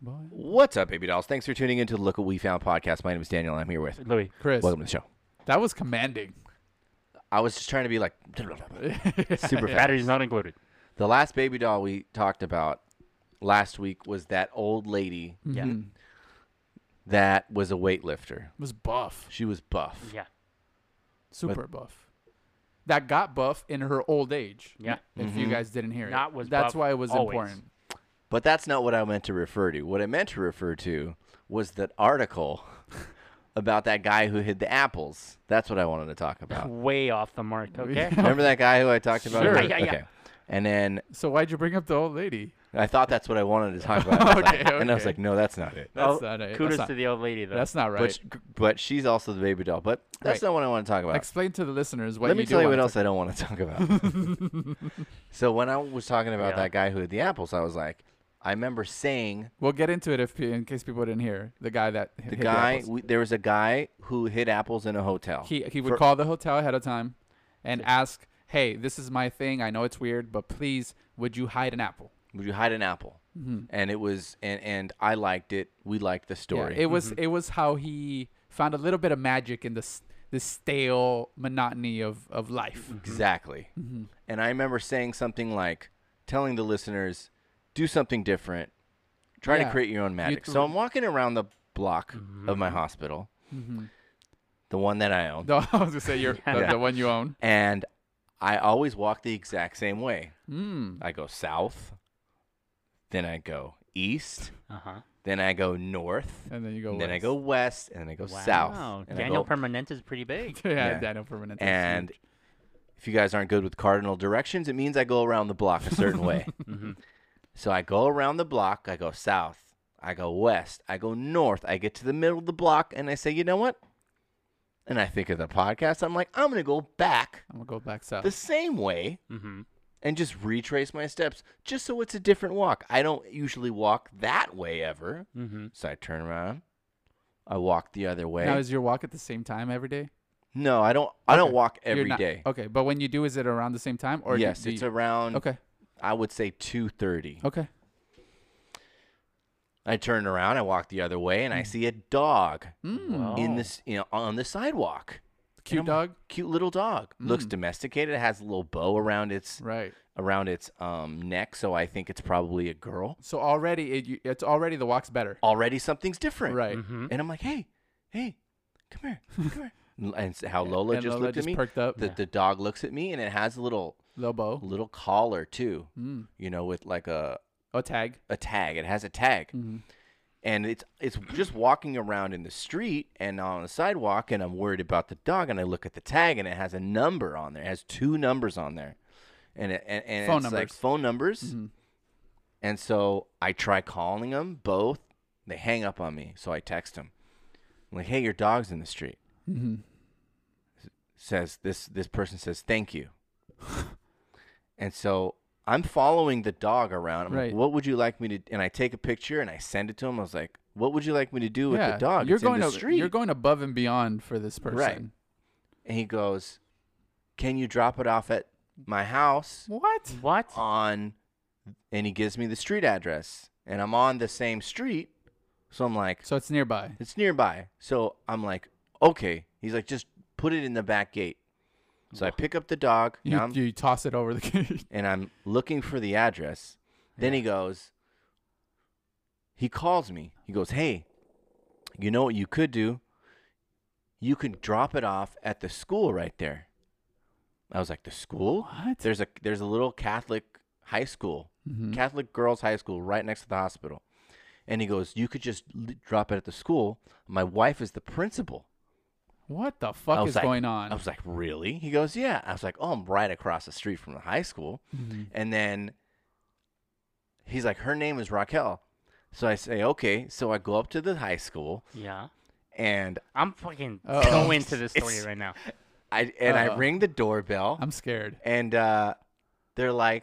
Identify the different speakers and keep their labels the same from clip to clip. Speaker 1: Boy.
Speaker 2: What's up, baby dolls? Thanks for tuning in to the Look What We Found podcast. My name is Daniel. I'm here with.
Speaker 1: Louis. Chris.
Speaker 2: Welcome to the show.
Speaker 3: That was commanding.
Speaker 2: I was just trying to be like super fast.
Speaker 1: Batteries not included.
Speaker 2: The last baby doll we talked about last week was that old lady
Speaker 1: Hmm.
Speaker 3: Mhm.
Speaker 2: that was a weightlifter.
Speaker 3: It was buff.
Speaker 2: She was buff.
Speaker 1: Yeah.
Speaker 3: Super buff. That got buff in her old age.
Speaker 1: Yeah.
Speaker 3: If
Speaker 2: Mm-hmm.
Speaker 3: you guys didn't hear it.
Speaker 1: Not was
Speaker 3: That's
Speaker 1: buff
Speaker 3: why it was
Speaker 1: always.
Speaker 3: important.
Speaker 2: But that's not what I meant to refer to. What I meant to refer to was that article about that guy who hid the apples. That's what I wanted to talk about.
Speaker 1: Way off the mark. Okay.
Speaker 2: Remember that guy who I talked about?
Speaker 1: Sure.
Speaker 2: earlier?
Speaker 1: Yeah, yeah, yeah.
Speaker 2: Okay. And then
Speaker 3: So why'd you bring up the old lady?
Speaker 2: I thought that's what I wanted to talk about.
Speaker 3: Okay,
Speaker 2: And I was
Speaker 3: okay.
Speaker 2: like, no, that's not it.
Speaker 3: That's
Speaker 1: Oh,
Speaker 3: not it.
Speaker 1: Kudos
Speaker 3: That's not,
Speaker 1: to the old lady though.
Speaker 3: That's not right.
Speaker 2: But, sh- but she's also the baby doll. But that's
Speaker 3: Right.
Speaker 2: not what I want to talk about.
Speaker 3: Explain to the listeners what
Speaker 2: Let
Speaker 3: you
Speaker 2: me
Speaker 3: do
Speaker 2: tell you what
Speaker 3: wanna
Speaker 2: else I don't want to talk about. so when I was talking about
Speaker 1: Yeah.
Speaker 2: that guy who had the apples, I was like, I remember saying
Speaker 3: We'll get into it if pe- in case people didn't hear the guy that hit
Speaker 2: the guy
Speaker 3: apples.
Speaker 2: we, there was a guy who hid apples in a hotel.
Speaker 3: he he would
Speaker 2: For-
Speaker 3: call the hotel ahead of time and ask, "Hey, this is my thing. I know it's weird, but please, would you hide an apple?"
Speaker 2: would you hide an apple? And it was and and I liked it. We liked the
Speaker 3: Mm-hmm. Yeah,
Speaker 2: story.
Speaker 3: it was it was how he found a little bit of magic in this the stale monotony of of life.
Speaker 1: Mm-hmm.
Speaker 2: Mm-hmm. exactly. And I remember saying something like, telling the listeners, do something different. Try
Speaker 3: Yeah.
Speaker 2: to create your own magic.
Speaker 3: th- Mm-hmm.
Speaker 2: so I'm walking around the block
Speaker 1: Mm-hmm.
Speaker 2: of my hospital, the one that I own.
Speaker 3: No, I was gonna say you're the, the one you own.
Speaker 2: and I always walk the exact same way.
Speaker 3: Mm.
Speaker 2: I go south, then I go east,
Speaker 1: uh huh.
Speaker 2: then I go north,
Speaker 3: And then you go.
Speaker 2: then I
Speaker 3: west.
Speaker 2: go west, and then I go south. and I
Speaker 1: Daniel
Speaker 2: go-
Speaker 1: Permanente is pretty big.
Speaker 3: yeah,
Speaker 2: yeah.
Speaker 3: Daniel Permanente.
Speaker 2: and if you guys aren't good with cardinal directions, it means I go around the block a certain way.
Speaker 1: Mm-hmm.
Speaker 2: So I go around the block, I go south, I go west, I go north, I get to the middle of the block, and I say, you know what? And I think of the podcast, I'm like, I'm going to go back
Speaker 3: I'm gonna go back south.
Speaker 2: the same way
Speaker 1: Mm-hmm.
Speaker 2: and just retrace my steps just so it's a different walk. I don't usually walk that way ever.
Speaker 1: Mm-hmm.
Speaker 2: So I turn around. I walk the other way.
Speaker 3: now is your walk at the same time every day?
Speaker 2: no, I don't I don't
Speaker 3: Okay.
Speaker 2: walk
Speaker 3: You're
Speaker 2: every
Speaker 3: not-
Speaker 2: day.
Speaker 3: Okay, but when you do, is it around the same time or do-
Speaker 2: yes,
Speaker 3: do
Speaker 2: it's
Speaker 3: you-
Speaker 2: around
Speaker 3: okay.
Speaker 2: I would say 2:30.
Speaker 3: Okay.
Speaker 2: I turn around, I walk the other way and
Speaker 3: Mm.
Speaker 2: I see a dog in
Speaker 3: Oh.
Speaker 1: Wow.
Speaker 2: this you know on the sidewalk.
Speaker 3: Cute
Speaker 2: I'm-
Speaker 3: dog.
Speaker 2: Cute little dog.
Speaker 3: Mm.
Speaker 2: Looks domesticated, it has a little bow around its
Speaker 3: Right.
Speaker 2: around its um neck, so I think it's probably a girl.
Speaker 3: So already it, you- it's already the walk's better.
Speaker 2: Already something's different.
Speaker 3: Right.
Speaker 1: Mm-hmm.
Speaker 2: And I'm like, hey, hey, come here, come here. L- Hmm? And s- how Lola
Speaker 3: And
Speaker 2: just
Speaker 3: Lola
Speaker 2: looked
Speaker 3: just
Speaker 2: at me.
Speaker 3: perked up.
Speaker 2: The,
Speaker 3: Yeah.
Speaker 2: the dog looks at me, and it has a little
Speaker 3: Lobo.
Speaker 2: little collar too.
Speaker 3: Mm.
Speaker 2: You know, with like a
Speaker 3: Oh, tag.
Speaker 2: a tag. It has a tag,
Speaker 3: Mhm.
Speaker 2: and it's it's just walking around in the street and on the sidewalk. And I'm worried about the dog, and I look at the tag, and it has a number on there. It has two numbers on there, and it, and, and
Speaker 3: Phone
Speaker 2: it's like
Speaker 3: numbers.
Speaker 2: phone numbers. Mm-hmm.
Speaker 3: Mhm.
Speaker 2: And so I try calling them both. They hang up on me. So I text them. I'm like, hey, your dog's in the street.
Speaker 3: Mhm.
Speaker 2: Says this this person says thank you. and so I'm following the dog around. I'm
Speaker 3: Right.
Speaker 2: like, what would you like me to? And I take a picture and I send it to him. I was like, what would you like me to do with
Speaker 3: Yeah,
Speaker 2: the dog?
Speaker 3: You're
Speaker 2: It's in
Speaker 3: going
Speaker 2: the
Speaker 3: ab-
Speaker 2: street.
Speaker 3: You're going above and beyond for this person.
Speaker 2: and he goes, can you drop it off at my house
Speaker 3: What?
Speaker 1: What?
Speaker 2: on? And he gives me the street address, and I'm on the same street. So I'm like,
Speaker 3: So it's nearby.
Speaker 2: It's nearby. So I'm like, okay. He's like, just put it in the back gate. So I pick up the dog
Speaker 3: You,
Speaker 2: and I'm,
Speaker 3: you toss it over the gate.
Speaker 2: and I'm looking for the address. Then he goes, he calls me. He goes, hey, you know what you could do? You can drop it off at the school right there. I was like, the school?
Speaker 3: What? Mm-hmm.
Speaker 2: There's a there's a little Catholic high school, Catholic girls' high school, right next to the hospital. And he goes, you could just l- drop it at the school. My wife is the principal.
Speaker 3: What the fuck is
Speaker 2: like,
Speaker 3: going on?
Speaker 2: I was like, really? He goes, yeah. I was like, oh, I'm right across the street from the high school.
Speaker 3: Mm-hmm.
Speaker 2: And then he's like, her name is Raquel. So I say, okay. So I go up to the high school
Speaker 1: Yeah.
Speaker 2: and
Speaker 1: I'm fucking
Speaker 3: Uh-oh.
Speaker 1: so into this story
Speaker 2: Oh. It's-
Speaker 1: right now.
Speaker 2: I and I
Speaker 3: Uh-oh.
Speaker 2: ring the doorbell.
Speaker 3: Uh-huh. I'm scared.
Speaker 2: and uh, they're like,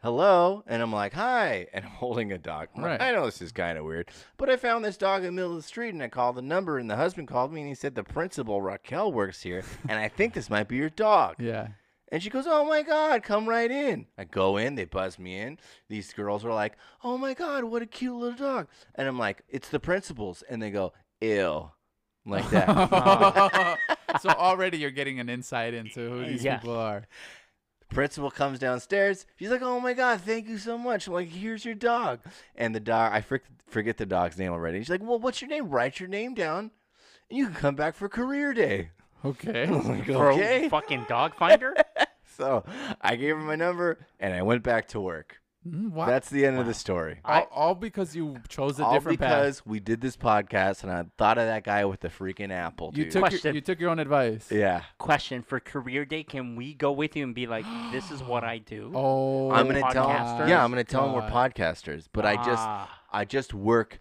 Speaker 2: "Hello," and I'm like, "Hi," and I'm holding a dog. I'm like,
Speaker 3: Right.
Speaker 2: I know this is kind of weird, but I found this dog in the middle of the street, and I called the number, and the husband called me, and he said the principal Raquel works here, and I think this might be your dog.
Speaker 3: Yeah.
Speaker 2: And she goes, Oh my God, come right in. I go in, they buzz me in. These girls are like, Oh my God, what a cute little dog. And I'm like, It's the principals. And they go, Ew. Like that. Oh.
Speaker 3: so already you're getting an insight into who these
Speaker 1: Yeah.
Speaker 3: people are.
Speaker 2: principal comes downstairs. She's like, "Oh my god, thank you so much." I'm like, "Here's your dog." And the dog, I frick, forget the dog's name already. She's like, "Well, what's your name? Write your name down, and you can come back for career day."
Speaker 3: Okay.
Speaker 2: I'm like,
Speaker 1: For a
Speaker 2: okay.
Speaker 1: fucking dog finder?
Speaker 2: So I gave her my number, and I went back to work.
Speaker 3: Mm, Wow.
Speaker 2: That's the end of the story.
Speaker 1: I-
Speaker 3: all, all because you chose a
Speaker 2: All
Speaker 3: different path.
Speaker 2: because we did this podcast, and I thought of that guy with the freaking apple,
Speaker 3: You
Speaker 2: dude.
Speaker 3: took your,
Speaker 1: Question.
Speaker 3: you took your own advice.
Speaker 2: yeah.
Speaker 1: Question for career day: Can we go with you and be like, this is what I do?
Speaker 3: Oh,
Speaker 2: I'm gonna tell.
Speaker 1: podcasters?
Speaker 2: Yeah, I'm gonna tell him we're
Speaker 3: God.
Speaker 2: podcasters, but I just,
Speaker 1: Ah,
Speaker 2: I just work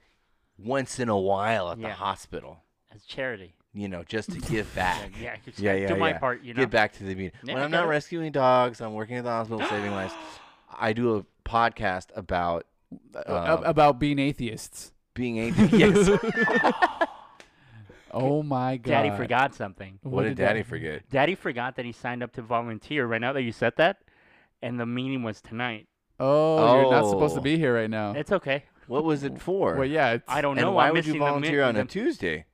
Speaker 2: once in a while at the
Speaker 1: Yeah.
Speaker 2: hospital.
Speaker 1: as charity.
Speaker 2: you know, just to give back.
Speaker 1: Yeah, yeah, just
Speaker 2: yeah,
Speaker 1: do
Speaker 2: yeah.
Speaker 1: my
Speaker 2: yeah.
Speaker 1: part, you know.
Speaker 2: Get back to the meeting.
Speaker 1: Yeah,
Speaker 2: when
Speaker 1: I
Speaker 2: I'm
Speaker 1: get
Speaker 2: not
Speaker 1: it.
Speaker 2: rescuing dogs, I'm working at the hospital saving lives. I do a podcast about
Speaker 1: Oh,
Speaker 2: uh, um,
Speaker 3: Ab- about being atheists.
Speaker 2: being atheist. yes.
Speaker 3: Oh my God.
Speaker 1: Daddy forgot something.
Speaker 2: what did
Speaker 3: that-
Speaker 2: Daddy forget?
Speaker 1: Daddy forgot that he signed up to volunteer. Right now that you said that, and the meeting was tonight.
Speaker 3: Oh, you're not supposed to
Speaker 2: Oh.
Speaker 3: be here right now.
Speaker 1: It's okay.
Speaker 2: What was it for?
Speaker 3: well, yeah. It's
Speaker 1: oh, I don't
Speaker 2: and
Speaker 1: know.
Speaker 2: why
Speaker 1: I'm
Speaker 2: would you
Speaker 1: missing the mi-
Speaker 2: volunteer on a
Speaker 1: the-
Speaker 2: Tuesday?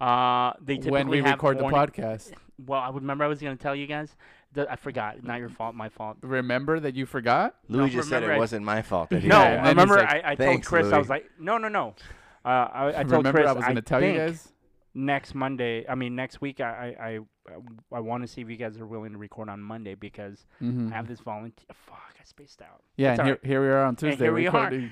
Speaker 1: Uh, they typically
Speaker 3: when we
Speaker 1: have
Speaker 3: record the
Speaker 1: morning-
Speaker 3: podcast.
Speaker 1: Well, I remember I was going to tell you guys. That I forgot. Not your fault. My fault.
Speaker 3: Remember that you forgot?
Speaker 2: Louis just said it
Speaker 1: remember I-
Speaker 2: wasn't my fault. That he
Speaker 1: No,
Speaker 2: had
Speaker 3: and
Speaker 1: I
Speaker 3: then he's
Speaker 1: remember
Speaker 3: like,
Speaker 1: I, I told
Speaker 2: "Thanks,
Speaker 1: Chris. I
Speaker 2: Louis."
Speaker 1: was like, no, no, no. Uh, I, I told
Speaker 3: Remember
Speaker 1: Chris
Speaker 3: I was
Speaker 1: going
Speaker 3: gonna
Speaker 1: to
Speaker 3: tell you guys.
Speaker 1: next Monday. I mean next week. I I I, I want to see if you guys are willing to record on Monday because
Speaker 3: Mhm.
Speaker 1: I have this volunteer. Fuck, I spaced out.
Speaker 3: Yeah,
Speaker 1: It's
Speaker 3: and here,
Speaker 1: alright.
Speaker 3: here we are on
Speaker 1: And
Speaker 3: Tuesday
Speaker 1: here we are.
Speaker 3: recording,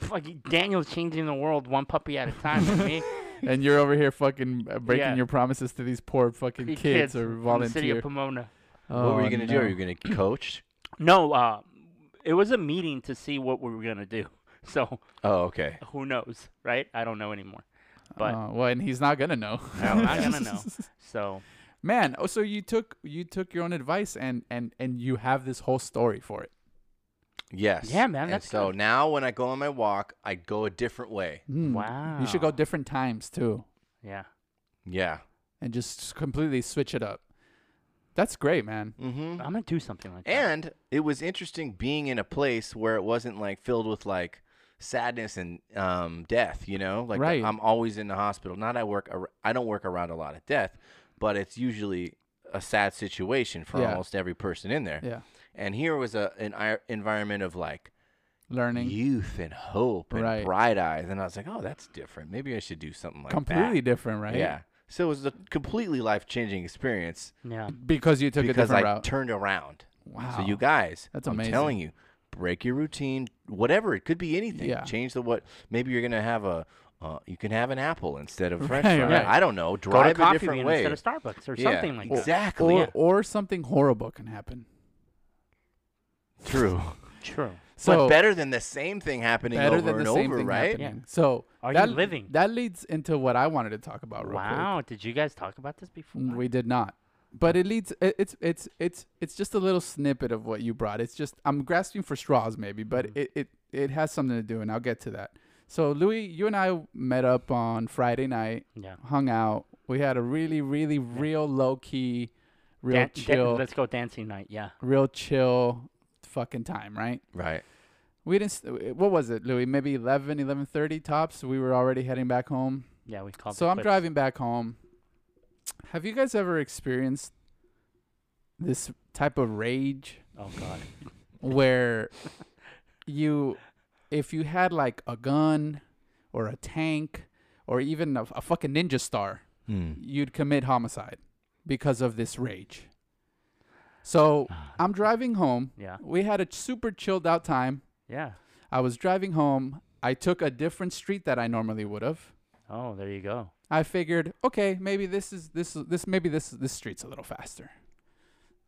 Speaker 1: Fucking Daniel's changing the world one puppy at a time. like me,
Speaker 3: and you're over here fucking uh, breaking
Speaker 1: Yeah.
Speaker 3: your promises to these poor fucking
Speaker 1: These
Speaker 3: kids,
Speaker 1: kids
Speaker 3: or
Speaker 1: from the city
Speaker 3: volunteer.
Speaker 1: of Pomona.
Speaker 2: What were
Speaker 3: Oh,
Speaker 2: you gonna do? Are
Speaker 3: no.
Speaker 2: you gonna coach?
Speaker 1: No, uh, it was a meeting to see what we were gonna do. So
Speaker 2: Oh, okay.
Speaker 1: who knows, right? I don't know anymore. But
Speaker 3: Oh, well, and he's not gonna know.
Speaker 1: I'm not gonna know. So
Speaker 3: Man, oh, so you took you took your own advice, and and and you have this whole story for it.
Speaker 2: Yes.
Speaker 1: Yeah, man,
Speaker 2: And
Speaker 1: that's
Speaker 2: so
Speaker 1: good.
Speaker 2: now when I go on my walk, I go a different way.
Speaker 3: Mm.
Speaker 1: wow,
Speaker 3: You should go different times too,
Speaker 1: Yeah,
Speaker 2: Yeah.
Speaker 3: and just completely switch it up. That's great, man.
Speaker 2: Mm-hmm.
Speaker 1: I'm gonna do something like that.
Speaker 2: And it was interesting being in a place where it wasn't like filled with like sadness and um, death. You know, like
Speaker 3: Right.
Speaker 2: I'm always in the hospital. Not I work. Ar- I don't work around a lot of death, but it's usually a sad situation for
Speaker 3: Yeah.
Speaker 2: almost every person in there.
Speaker 3: Yeah,
Speaker 2: And here was a an ir- environment of like
Speaker 3: learning
Speaker 2: youth and hope and
Speaker 3: Right.
Speaker 2: bright eyes, and I was like, oh, that's different. Maybe I should do something like
Speaker 3: completely
Speaker 2: that.
Speaker 3: different, right?
Speaker 2: Yeah. So it was a completely life changing experience
Speaker 1: yeah,
Speaker 3: because you took a
Speaker 2: because I
Speaker 3: different route.
Speaker 2: turned around.
Speaker 3: wow.
Speaker 2: So you guys,
Speaker 3: That's
Speaker 2: I'm
Speaker 3: amazing.
Speaker 2: telling you, break your routine. Whatever it could be, anything.
Speaker 3: Yeah.
Speaker 2: Change the what. Maybe you're gonna have a. Uh, you can have an apple instead of French
Speaker 3: Right,
Speaker 2: fry.
Speaker 3: right.
Speaker 2: I don't know.
Speaker 1: go to
Speaker 2: Drive a
Speaker 1: coffee
Speaker 2: different
Speaker 1: bean
Speaker 2: way.
Speaker 1: instead of Starbucks or
Speaker 2: Yeah,
Speaker 1: something like that.
Speaker 2: exactly.
Speaker 3: or or something horrible can happen.
Speaker 2: True.
Speaker 1: True.
Speaker 3: So
Speaker 2: but better than the same thing happening
Speaker 3: better
Speaker 2: over
Speaker 3: than the
Speaker 2: and
Speaker 3: same
Speaker 2: over,
Speaker 3: thing
Speaker 2: right?
Speaker 3: happening. So
Speaker 1: Are you
Speaker 3: that,
Speaker 1: living?
Speaker 3: That leads into what I wanted to talk about. Real
Speaker 1: Wow, did you guys talk about this before?
Speaker 3: quick. we did not, but it leads. It, it's it's it's it's just a little snippet of what you brought. It's just I'm grasping for straws, maybe, but
Speaker 1: Mm-hmm.
Speaker 3: it it it has something to do, and I'll get to that. So Louis, you and I met up on Friday night,
Speaker 1: yeah.
Speaker 3: hung out. We had a really really real low key, real
Speaker 1: Dan- dan-
Speaker 3: chill,
Speaker 1: let's go dancing night. Yeah.
Speaker 3: real chill, fucking time, right?
Speaker 2: Right.
Speaker 3: We didn't. s- What was it, Louis? Maybe 11, 11.30 tops. We were already heading back home.
Speaker 1: Yeah, we called
Speaker 3: So
Speaker 1: it
Speaker 3: I'm
Speaker 1: quits.
Speaker 3: driving back home. Have you guys ever experienced this type of rage
Speaker 1: Oh god.
Speaker 3: where you, if you had like a gun or a tank or even a, a fucking ninja star, you'd commit homicide because of this rage? So I'm driving home.
Speaker 1: Yeah.
Speaker 3: We had a super chilled out time.
Speaker 1: Yeah.
Speaker 3: I was driving home. I took a different street that I normally would have.
Speaker 1: Oh, there you go.
Speaker 3: I figured, okay, maybe this is this this maybe this this street's a little faster.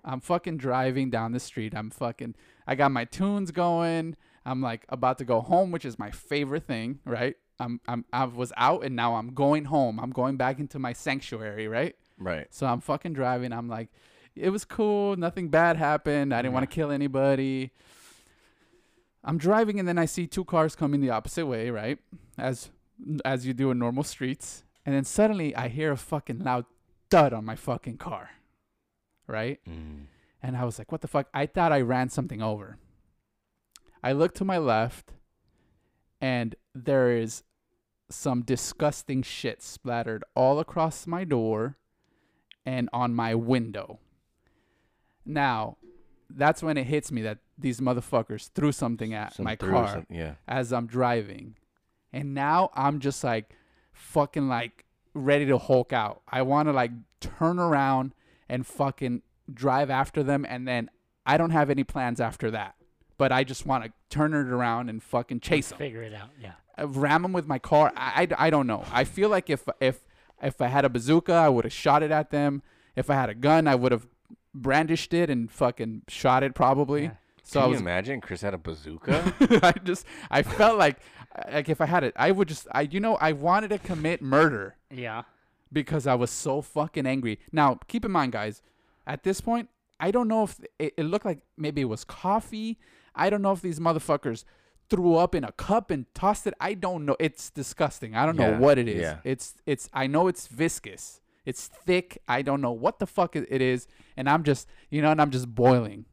Speaker 3: I'm fucking driving down the street. I'm fucking I got my tunes going. I'm like about to go home, which is my favorite thing, right? I'm I'm I was out and now I'm going home. I'm going back into my sanctuary, right?
Speaker 2: Right.
Speaker 3: So I'm fucking driving. I'm like, it was cool. Nothing bad happened. I didn't want to kill anybody. I'm driving and then I see two cars coming the opposite way, right? As as you do in normal streets. And then suddenly I hear a fucking loud thud on my fucking car. Right? And I was like, what the fuck? I thought I ran something over. I look to my left and there is some disgusting shit splattered all across my door and on my window. Now, that's when it hits me that these motherfuckers threw something at
Speaker 2: Some
Speaker 3: my
Speaker 2: through
Speaker 3: car
Speaker 2: some- yeah.
Speaker 3: as I'm driving. And now I'm just like fucking like ready to Hulk out. I want to like turn around and fucking drive after them. And then I don't have any plans after that. But I just want to turn it around and fucking chase them.
Speaker 1: Figure it out. Yeah.
Speaker 3: Ram them with my car. I, I, I don't know. I feel like if if if I had a bazooka, I would have shot it at them. If I had a gun, I would have brandished it and fucking shot it probably.
Speaker 1: Yeah.
Speaker 3: So
Speaker 2: Can
Speaker 3: I
Speaker 2: you
Speaker 3: was
Speaker 2: imagine Chris had a bazooka?
Speaker 3: I just I felt like like if I had it, I would just I you know I wanted to commit murder
Speaker 1: Yeah.
Speaker 3: because I was so fucking angry. Now keep in mind, guys, at this point I don't know if it, it looked like maybe it was coffee. I don't know if these motherfuckers threw up in a cup and tossed it. I don't know. It's disgusting. I don't
Speaker 2: Yeah,
Speaker 3: know what it is.
Speaker 2: yeah.
Speaker 3: It's it's I know it's viscous. It's thick. I don't know what the fuck it it is, and I'm just you know, and I'm just boiling.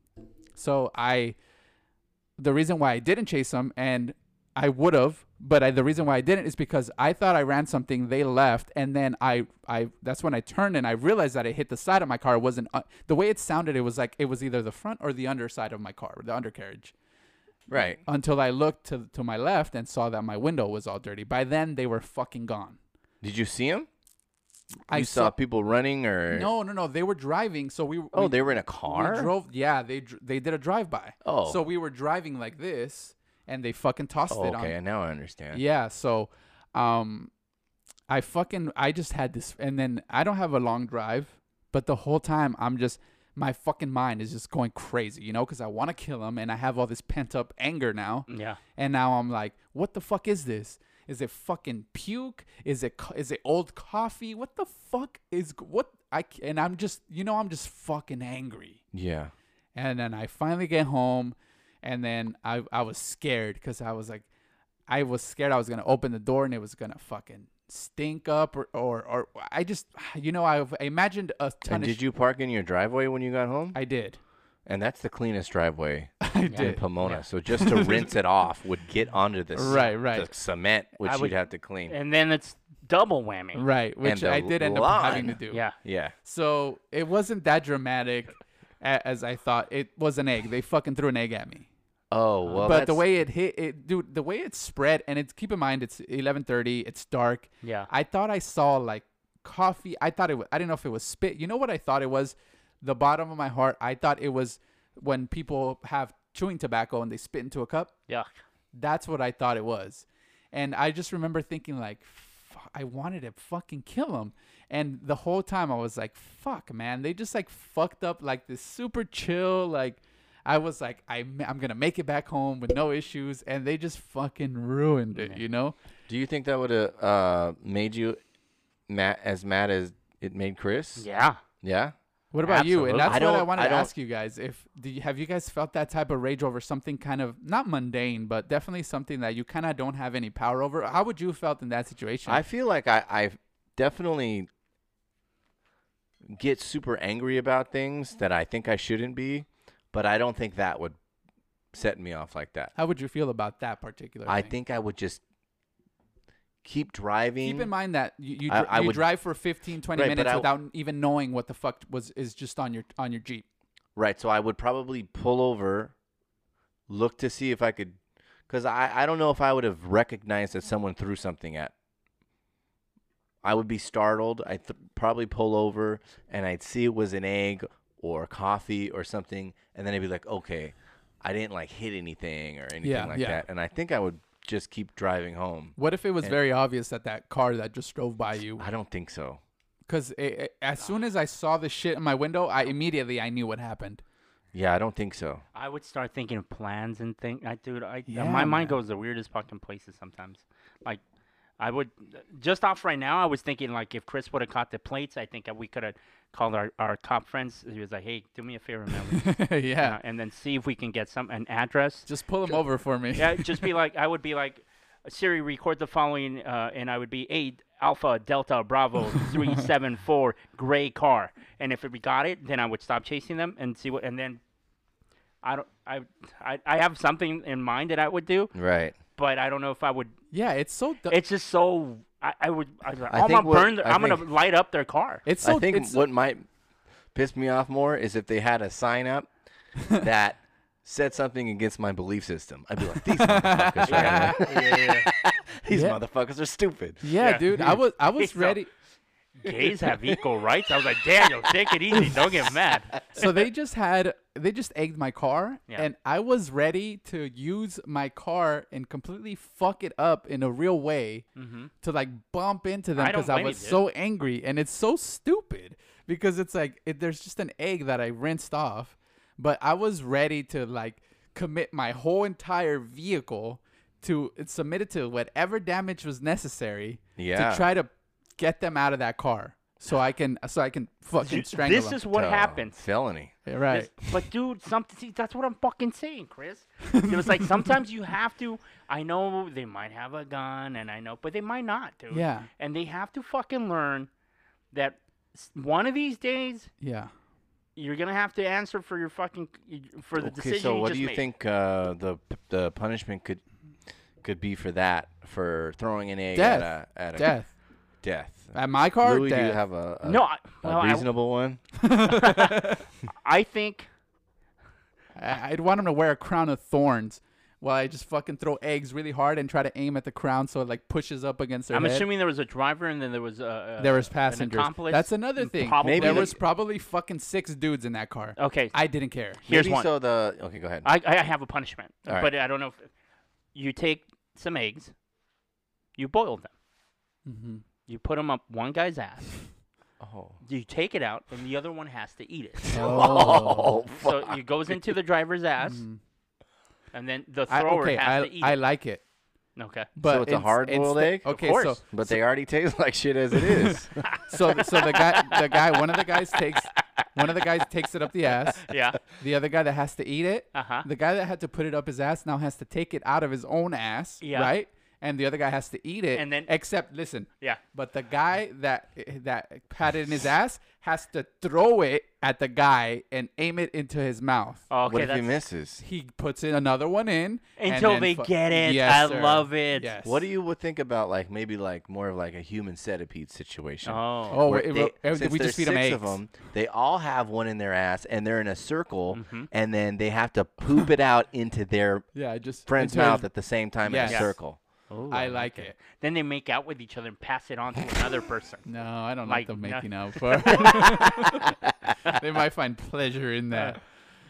Speaker 3: So I, the reason why I didn't chase them, and I would have, but I, the reason why I didn't is because I thought I ran something. They left, and then I, I that's when I turned and I realized that it hit the side of my car. It wasn't uh, the way it sounded. It was like it was either the front or the underside of my car, the undercarriage.
Speaker 2: right.
Speaker 3: Until I looked to to my left and saw that my window was all dirty. By then they were fucking gone.
Speaker 2: Did you see him?
Speaker 3: I
Speaker 2: you saw people running or
Speaker 3: No, no, no. They were driving, so we.
Speaker 2: Oh,
Speaker 3: we-
Speaker 2: they were in a
Speaker 3: We
Speaker 2: car.
Speaker 3: drove. Yeah, they dr- they did a drive by.
Speaker 2: Oh.
Speaker 3: So we were driving like this, and they fucking tossed
Speaker 2: oh,
Speaker 3: it
Speaker 2: okay.
Speaker 3: on.
Speaker 2: Now I understand.
Speaker 3: Yeah. So, um, I fucking I just had this, and then I don't have a long drive, but the whole time I'm just my fucking mind is just going crazy, you know, because I want to kill him, and I have all this pent up anger now.
Speaker 1: Yeah.
Speaker 3: And now I'm like, what the fuck is this? Is it fucking puke? Is it co- is it old coffee? What the fuck is what I c- and I'm just you know I'm just fucking angry.
Speaker 2: Yeah.
Speaker 3: And then I finally get home, and then I I was scared because I was like, I was scared I was gonna open the door and it was gonna fucking stink up or or, or I just you know I, I imagined a ton
Speaker 2: And
Speaker 3: of
Speaker 2: did
Speaker 3: sh-
Speaker 2: you park in your driveway when you got home?
Speaker 3: I did
Speaker 2: and that's the cleanest driveway
Speaker 3: I
Speaker 2: in
Speaker 3: did
Speaker 2: Pomona. So just to rinse it off would get onto the, c-
Speaker 3: Right, right.
Speaker 2: the cement, which
Speaker 1: I would-
Speaker 2: you'd have to clean.
Speaker 1: And then it's double whammy.
Speaker 3: right which
Speaker 2: the
Speaker 3: I did end up having to
Speaker 2: lawn.
Speaker 3: do
Speaker 1: Yeah.
Speaker 2: yeah.
Speaker 3: So it wasn't that dramatic a- as I thought. It was an egg. They fucking threw an egg at me.
Speaker 2: Oh well.
Speaker 3: Um, but the
Speaker 2: that's-
Speaker 3: way it hit, it dude, the way it spread, and it's keep in mind it's 11:30. It's dark.
Speaker 1: Yeah.
Speaker 3: I thought I saw like coffee. I thought it was. I didn't know if it was spit. You know what I thought it was? The bottom of my heart. I thought it was when people have chewing tobacco and they spit into a cup.
Speaker 1: Yeah.
Speaker 3: That's what I thought it was. And I just remember thinking like "Fu- I wanted to fucking kill him. And the whole time I was like, fuck, man. They just like fucked up like this super chill like I was like I I'm going to make it back home with no issues and they just fucking ruined it, you know?
Speaker 2: do you think that would have uh, made you mad as mad as it made Chris?
Speaker 1: Yeah.
Speaker 2: Yeah?
Speaker 3: What about you? And
Speaker 1: Absolutely.
Speaker 3: that's
Speaker 2: I
Speaker 3: what I
Speaker 2: don't-
Speaker 3: wanted
Speaker 2: I
Speaker 3: to
Speaker 2: don't-
Speaker 3: ask you guys. If do you, have you guys felt that type of rage over something kind of not mundane, but definitely something that you kind of don't have any power over? How would you have felt in that situation?
Speaker 2: I feel like I, I definitely get super angry about things that I think I shouldn't be, but I don't think that would set me off like that.
Speaker 3: How would you feel about that particular?
Speaker 2: I
Speaker 3: thing?
Speaker 2: think I would just keep driving.
Speaker 3: Keep in mind that you you,
Speaker 2: I-
Speaker 3: dr-
Speaker 2: I
Speaker 3: you
Speaker 2: would-
Speaker 3: drive for 15, 20
Speaker 2: Right, but
Speaker 3: minutes
Speaker 2: I-
Speaker 3: without even knowing what the fuck was is just on your on your jeep.
Speaker 2: Right. So I would probably pull over, look to see if I could, because I, I don't know if I would have recognized that someone threw something at. I would be startled. I th- probably pull over and I'd see it was an egg or coffee or something, and then I'd be like, okay, I didn't like hit anything or anything
Speaker 3: Yeah,
Speaker 2: like
Speaker 3: yeah.
Speaker 2: that, and I think I would just keep driving home.
Speaker 3: What if it was
Speaker 2: And-
Speaker 3: very obvious that that car that just drove by you?
Speaker 2: I don't think so.
Speaker 3: Because as soon as I saw the shit in my window, I immediately I knew what happened.
Speaker 2: Yeah, I don't think so.
Speaker 1: I would start thinking of plans and think. I dude, I
Speaker 3: Yeah,
Speaker 1: my mind
Speaker 3: man.
Speaker 1: goes the weirdest fucking places sometimes. Like, I would just off right now. I was thinking like if Chris would have caught the plates, I think we could have called our, our cop friends. He was like, "Hey, do me a favor, man,
Speaker 3: yeah.
Speaker 1: uh, and then see if we can get some an address."
Speaker 3: just pull him over for me.
Speaker 1: yeah, just be like, I would be like, Siri, record the following, uh, and I would be A Alpha Delta Bravo three seven four gray car, and if we got it, then I would stop chasing them and see what, and then I don't, I, I, I have something in mind that I would do,
Speaker 2: Right.
Speaker 1: but I don't know if I would.
Speaker 3: Yeah, it's so du-
Speaker 1: It's just so I, I would, I was like,
Speaker 2: I
Speaker 1: I'm
Speaker 2: think
Speaker 1: gonna
Speaker 2: what-
Speaker 1: burn, their,
Speaker 2: I
Speaker 1: I'm gonna
Speaker 2: think-
Speaker 1: light up their car.
Speaker 3: it's so
Speaker 2: I think
Speaker 3: it's,
Speaker 2: what might piss me off more is if they had a sign up that said something against my belief system. I'd be like, these motherfuckers,
Speaker 1: Yeah,
Speaker 2: right?
Speaker 1: yeah, yeah.
Speaker 2: these
Speaker 3: Yeah.
Speaker 2: motherfuckers are stupid.
Speaker 3: yeah,
Speaker 1: yeah.
Speaker 3: dude. I was I was
Speaker 1: So-
Speaker 3: ready.
Speaker 1: Gays have equal rights. I was like, Daniel, take it easy. Don't get mad.
Speaker 3: so they just had they just egged my car
Speaker 1: Yeah.
Speaker 3: and i was ready to use my car and completely fuck it up in a real way to like bump into them
Speaker 1: Mm-hmm. I don't
Speaker 3: because i,
Speaker 1: blame you,
Speaker 3: was
Speaker 1: dude.
Speaker 3: so angry and it's so stupid because it's like it, there's just an egg that i rinsed off but i was ready to like commit my whole entire vehicle to submit it to whatever damage was necessary
Speaker 2: Yeah.
Speaker 3: to try to get them out of that car so i can so i can fucking strangle
Speaker 1: This
Speaker 3: them
Speaker 1: is what
Speaker 2: Oh,
Speaker 1: happens.
Speaker 2: Felony.
Speaker 3: Yeah, right
Speaker 1: This- but dude, something. See, that's what I'm fucking saying, Chris. It was like sometimes you have to. I know they might have a gun, and I know, but they might not, dude.
Speaker 3: Yeah.
Speaker 1: And they have to fucking learn that s- one of these days
Speaker 3: Yeah.
Speaker 1: you're gonna have to answer for your fucking for the
Speaker 2: Okay,
Speaker 1: decision.
Speaker 2: so what
Speaker 1: just
Speaker 2: do you
Speaker 1: made.
Speaker 2: think uh, the the punishment could could be for that for throwing an egg
Speaker 3: Death.
Speaker 2: at a at a
Speaker 3: Death.
Speaker 2: death?
Speaker 3: At my car,
Speaker 2: Louis, do you
Speaker 3: death.
Speaker 2: have a, a,
Speaker 1: No, I,
Speaker 2: a
Speaker 1: well, I,
Speaker 2: reasonable one?
Speaker 1: I think
Speaker 3: I- I'd want him to wear a crown of thorns while I just fucking throw eggs really hard and try to aim at the crown so it like pushes up against their
Speaker 1: I'm
Speaker 3: head.
Speaker 1: assuming there was a driver, and then there was a, a
Speaker 3: there was
Speaker 1: an
Speaker 3: passengers.
Speaker 1: accomplice,
Speaker 3: That's another thing.
Speaker 1: probably
Speaker 3: there
Speaker 2: the-
Speaker 3: was probably fucking six dudes in that car.
Speaker 1: Okay,
Speaker 3: I didn't care.
Speaker 1: here's
Speaker 2: Maybe
Speaker 1: one.
Speaker 2: So the okay, go ahead.
Speaker 1: I, I have a punishment,
Speaker 2: All right.
Speaker 1: but I don't know if you take some eggs, you boil them,
Speaker 3: Mm-hmm.
Speaker 1: you put them up one guy's ass,
Speaker 2: oh.
Speaker 1: you take it out, and the other one has to eat it.
Speaker 3: Oh.
Speaker 1: so it goes into the driver's ass,
Speaker 3: Mhm.
Speaker 1: and then the
Speaker 3: I,
Speaker 1: thrower
Speaker 3: okay,
Speaker 1: has
Speaker 3: I,
Speaker 1: to eat.
Speaker 3: I
Speaker 1: it.
Speaker 3: like it,
Speaker 1: Okay,
Speaker 3: but
Speaker 2: it's a hard-boiled
Speaker 3: insta-
Speaker 2: egg? Of
Speaker 3: Okay, so
Speaker 1: course.
Speaker 2: But they already taste like shit as it is.
Speaker 3: so so the guy the guy one of the guys takes one of the guys takes it up the ass.
Speaker 1: yeah,
Speaker 3: The other guy that has to eat it,
Speaker 1: Uh-huh.
Speaker 3: the guy that had to put it up his ass now has to take it out of his own ass,
Speaker 1: Yeah.
Speaker 3: right? And the other guy has to eat it.
Speaker 1: And then-
Speaker 3: except listen,
Speaker 1: yeah.
Speaker 3: but the guy that that had it in his ass has to throw it at the guy and aim it into his mouth.
Speaker 1: Oh,
Speaker 2: what
Speaker 1: okay,
Speaker 2: if he
Speaker 1: that's
Speaker 2: misses?
Speaker 3: He puts in another one in and
Speaker 1: Until
Speaker 3: then
Speaker 1: they
Speaker 3: fu-
Speaker 1: get it.
Speaker 3: Yes,
Speaker 1: I
Speaker 3: sir.
Speaker 1: love it.
Speaker 3: Yes.
Speaker 2: What do you would think about like maybe like more of like a human centipede situation?
Speaker 1: oh,
Speaker 3: Oh,
Speaker 2: where
Speaker 3: wait,
Speaker 2: they-
Speaker 3: wait, wait,
Speaker 2: since
Speaker 3: we
Speaker 2: there's
Speaker 3: just feed him
Speaker 2: six
Speaker 3: eggs.
Speaker 2: of them. They all have one in their ass, and they're in a circle,
Speaker 1: Mm-hmm.
Speaker 2: and then they have to poop it out into their
Speaker 3: Yeah, I just
Speaker 2: friend's
Speaker 3: into his-
Speaker 2: mouth at the same time
Speaker 3: Yes.
Speaker 2: in a
Speaker 3: Yes.
Speaker 2: circle.
Speaker 1: Ooh,
Speaker 3: Oh, I like it.
Speaker 1: Then they make out with each other and pass it on to another person.
Speaker 3: No, I don't like,
Speaker 1: Like,
Speaker 3: the
Speaker 1: no.
Speaker 3: making out part. they might find pleasure in that.